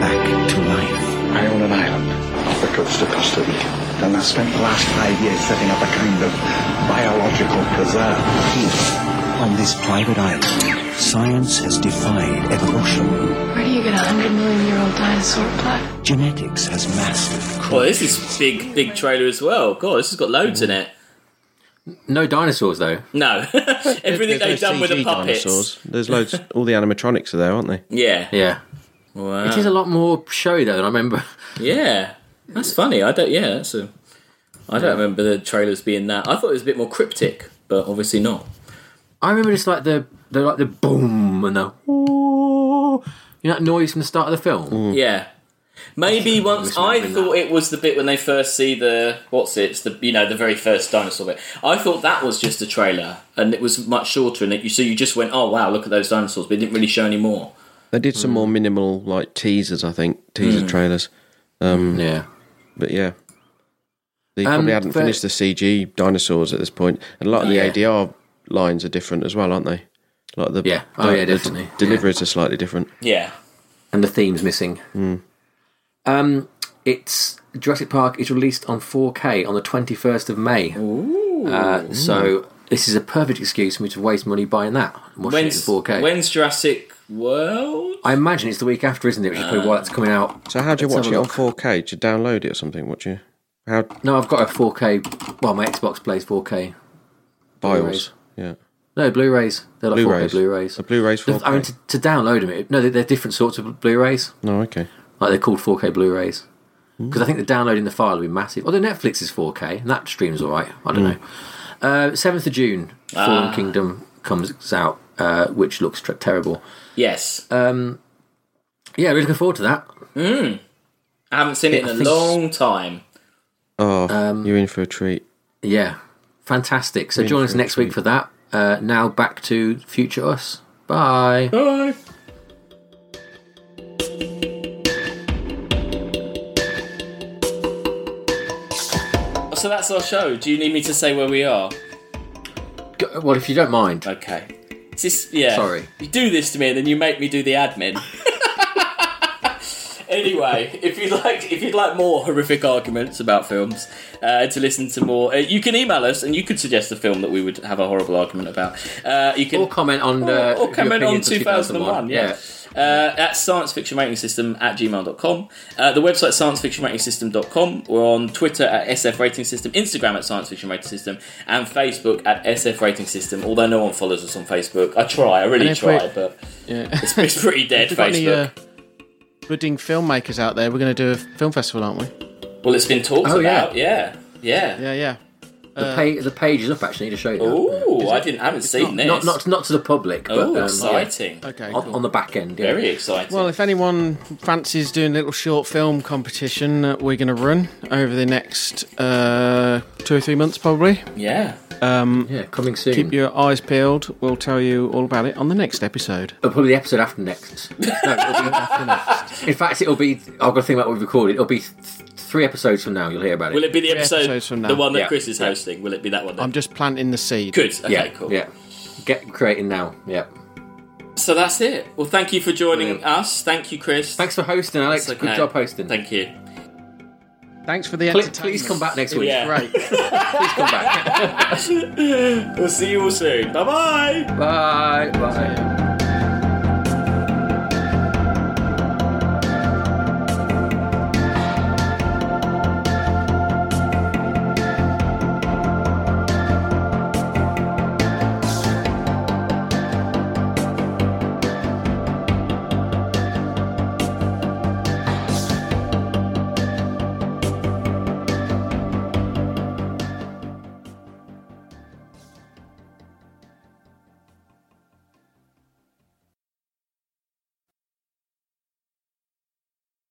S5: back to life.
S6: I own an island off the coast of Costa Rica, and I've spent the last five years setting up a kind of biological preserve.
S5: Here, on this private island, science has defied evolution.
S7: Where do you get a hundred million year old dinosaur plaque?
S5: Genetics has mastered
S2: well, this is big big trailer as well. God, this has got loads in it.
S1: No dinosaurs though.
S2: No, (laughs) everything they've
S3: There's no
S2: done with the
S3: CG
S2: puppets.
S3: dinosaurs. There's
S2: (laughs)
S3: loads. All the animatronics are there, aren't they?
S2: Yeah,
S1: Yeah,
S2: Wow.
S1: it is a lot more showy though than I remember. (laughs)
S2: Yeah, that's funny. I don't. Yeah, that's a. I don't remember the trailers being that. I thought it was a bit more cryptic, but obviously not.
S1: I remember just like the the like the boom and the "Whoa," you know that noise from the start of the film.
S2: Yeah, maybe once I
S1: misremembering
S2: thought it was the bit when they first see the what's it? It's the you know the very first dinosaur bit. I thought that was just a trailer, and it was much shorter. And it, you so you just went, oh wow, look at those dinosaurs, but it didn't really show any more.
S3: They did some
S1: Hmm.
S3: more minimal like teasers, I think, teaser trailers.
S1: Yeah,
S3: But yeah. They
S1: Um,
S3: probably hadn't
S1: for-
S3: finished the CG dinosaurs at this point. And a lot of the
S1: Oh, Yeah.
S3: ADR lines are different as well, aren't they? Like the
S1: Yeah. Oh, yeah,
S3: the d-
S1: definitely.
S3: deliveries are slightly different.
S2: Yeah,
S1: and the theme's missing.
S3: Hmm.
S1: Um, it's Jurassic Park is released on 4K on the 21st of May. Uh,
S3: Hmm.
S1: so this is a perfect excuse for me to waste money buying that. and watching
S2: when's
S1: it in 4K.
S2: when's Jurassic World?
S1: I imagine it's the week after, isn't it? Which is probably why it's coming out.
S3: Uh. So how do you
S1: Let's
S3: watch
S1: have
S3: it
S1: a
S3: on
S1: look.
S3: 4K? Do you download it or something? What do you how
S1: No, I've got a 4K. Well, my Xbox plays 4K. Blu-rays.
S3: BIOS? Yeah.
S1: No, Blu-rays. They're like
S3: Blu-rays.
S1: 4K Blu-rays.
S3: The Blu-rays 4K.
S1: I mean, to, to download them, it, no, they're, they're different sorts of Blu-rays.
S3: No, Oh, okay.
S1: Like they're called 4K Blu-rays because I think the downloading the file will be massive. Although Netflix is 4K and that streams all right. I don't know. Seventh of June, Fallen
S2: Ah.
S1: Kingdom comes out, uh, which looks tre- terrible.
S2: Yes,
S1: Yeah, really looking forward to that.
S2: I haven't seen it in a long time.
S3: Oh,
S1: Um,
S3: you're in for a treat.
S1: Yeah, fantastic. So join us next week for that. Uh, now back to future us. Bye.
S2: Bye. So that's our show. Do you need me to say where we are?
S1: G- Well, if you don't mind,
S2: Okay. It's Just, yeah.
S1: Sorry.
S2: You do this to me and then you make me do the admin. (laughs) anyway, if you'd like, if you'd like more horrific arguments about films, uh, to listen to more, uh, you can email us and you could suggest a film that we would have a horrible argument about. Uh, you can
S1: Or comment on the.
S3: uh,
S2: or, or comment on 2001
S1: 2001.
S2: yeah, Uh, at science fiction rating system at gmail.com uh, the website science fiction rating system.com we're on twitter at sf rating system instagram at science fiction rating system and facebook at sf rating system although no one follows us on facebook i try i
S3: And
S2: really
S3: if we-
S2: try but
S3: (laughs) Yeah.
S2: it's, it's pretty dead
S3: We've got
S2: facebook
S3: any uh, budding filmmakers out there. We're going to do a film festival, aren't we?
S2: well it's been talked
S1: Oh, yeah.
S2: about yeah yeah,
S3: uh, Yeah, yeah.
S1: The, page, the page is up actually to show you. now.
S2: Ooh, I didn't. I haven't seen this.
S1: Not, not, not to the public, but
S2: oh,
S1: um, yeah.
S2: exciting!
S3: Okay.
S1: on,
S3: cool.
S1: on the back end. Yeah.
S2: Very exciting.
S3: Well, if anyone fancies doing a little short film competition that we're going to run over the next uh, two or three months, probably,
S2: yeah.
S1: yeah, coming soon.
S3: keep your eyes peeled. We'll tell you all about it on the next episode.
S1: (laughs) Oh, probably the episode after next. No, it'll be after next. In fact, it'll be. I've got to think about what we've recorded. It'll be th- three episodes from now. You'll hear about it.
S2: Will it be the episode,
S3: episodes from now.
S2: the one that
S1: Yeah.
S2: Chris is hosting? Will it be that one? Then?
S3: I'm just planting the seed.
S2: Good. Okay.
S1: yeah,
S2: Cool.
S1: Yeah. Get creating now. Yeah.
S2: So that's it. Well, thank you for joining us. Thank you, Chris.
S1: Thanks for hosting, Alex.
S2: It's okay.
S1: Good job hosting.
S2: Thank you. (laughs)
S3: Thanks for the
S1: please,
S3: entertainment.
S1: please come back next week.
S2: Yeah.
S3: Great.
S1: Please come
S2: (laughs)
S1: back.
S2: We'll see you all soon. Bye bye.
S1: Bye. Bye.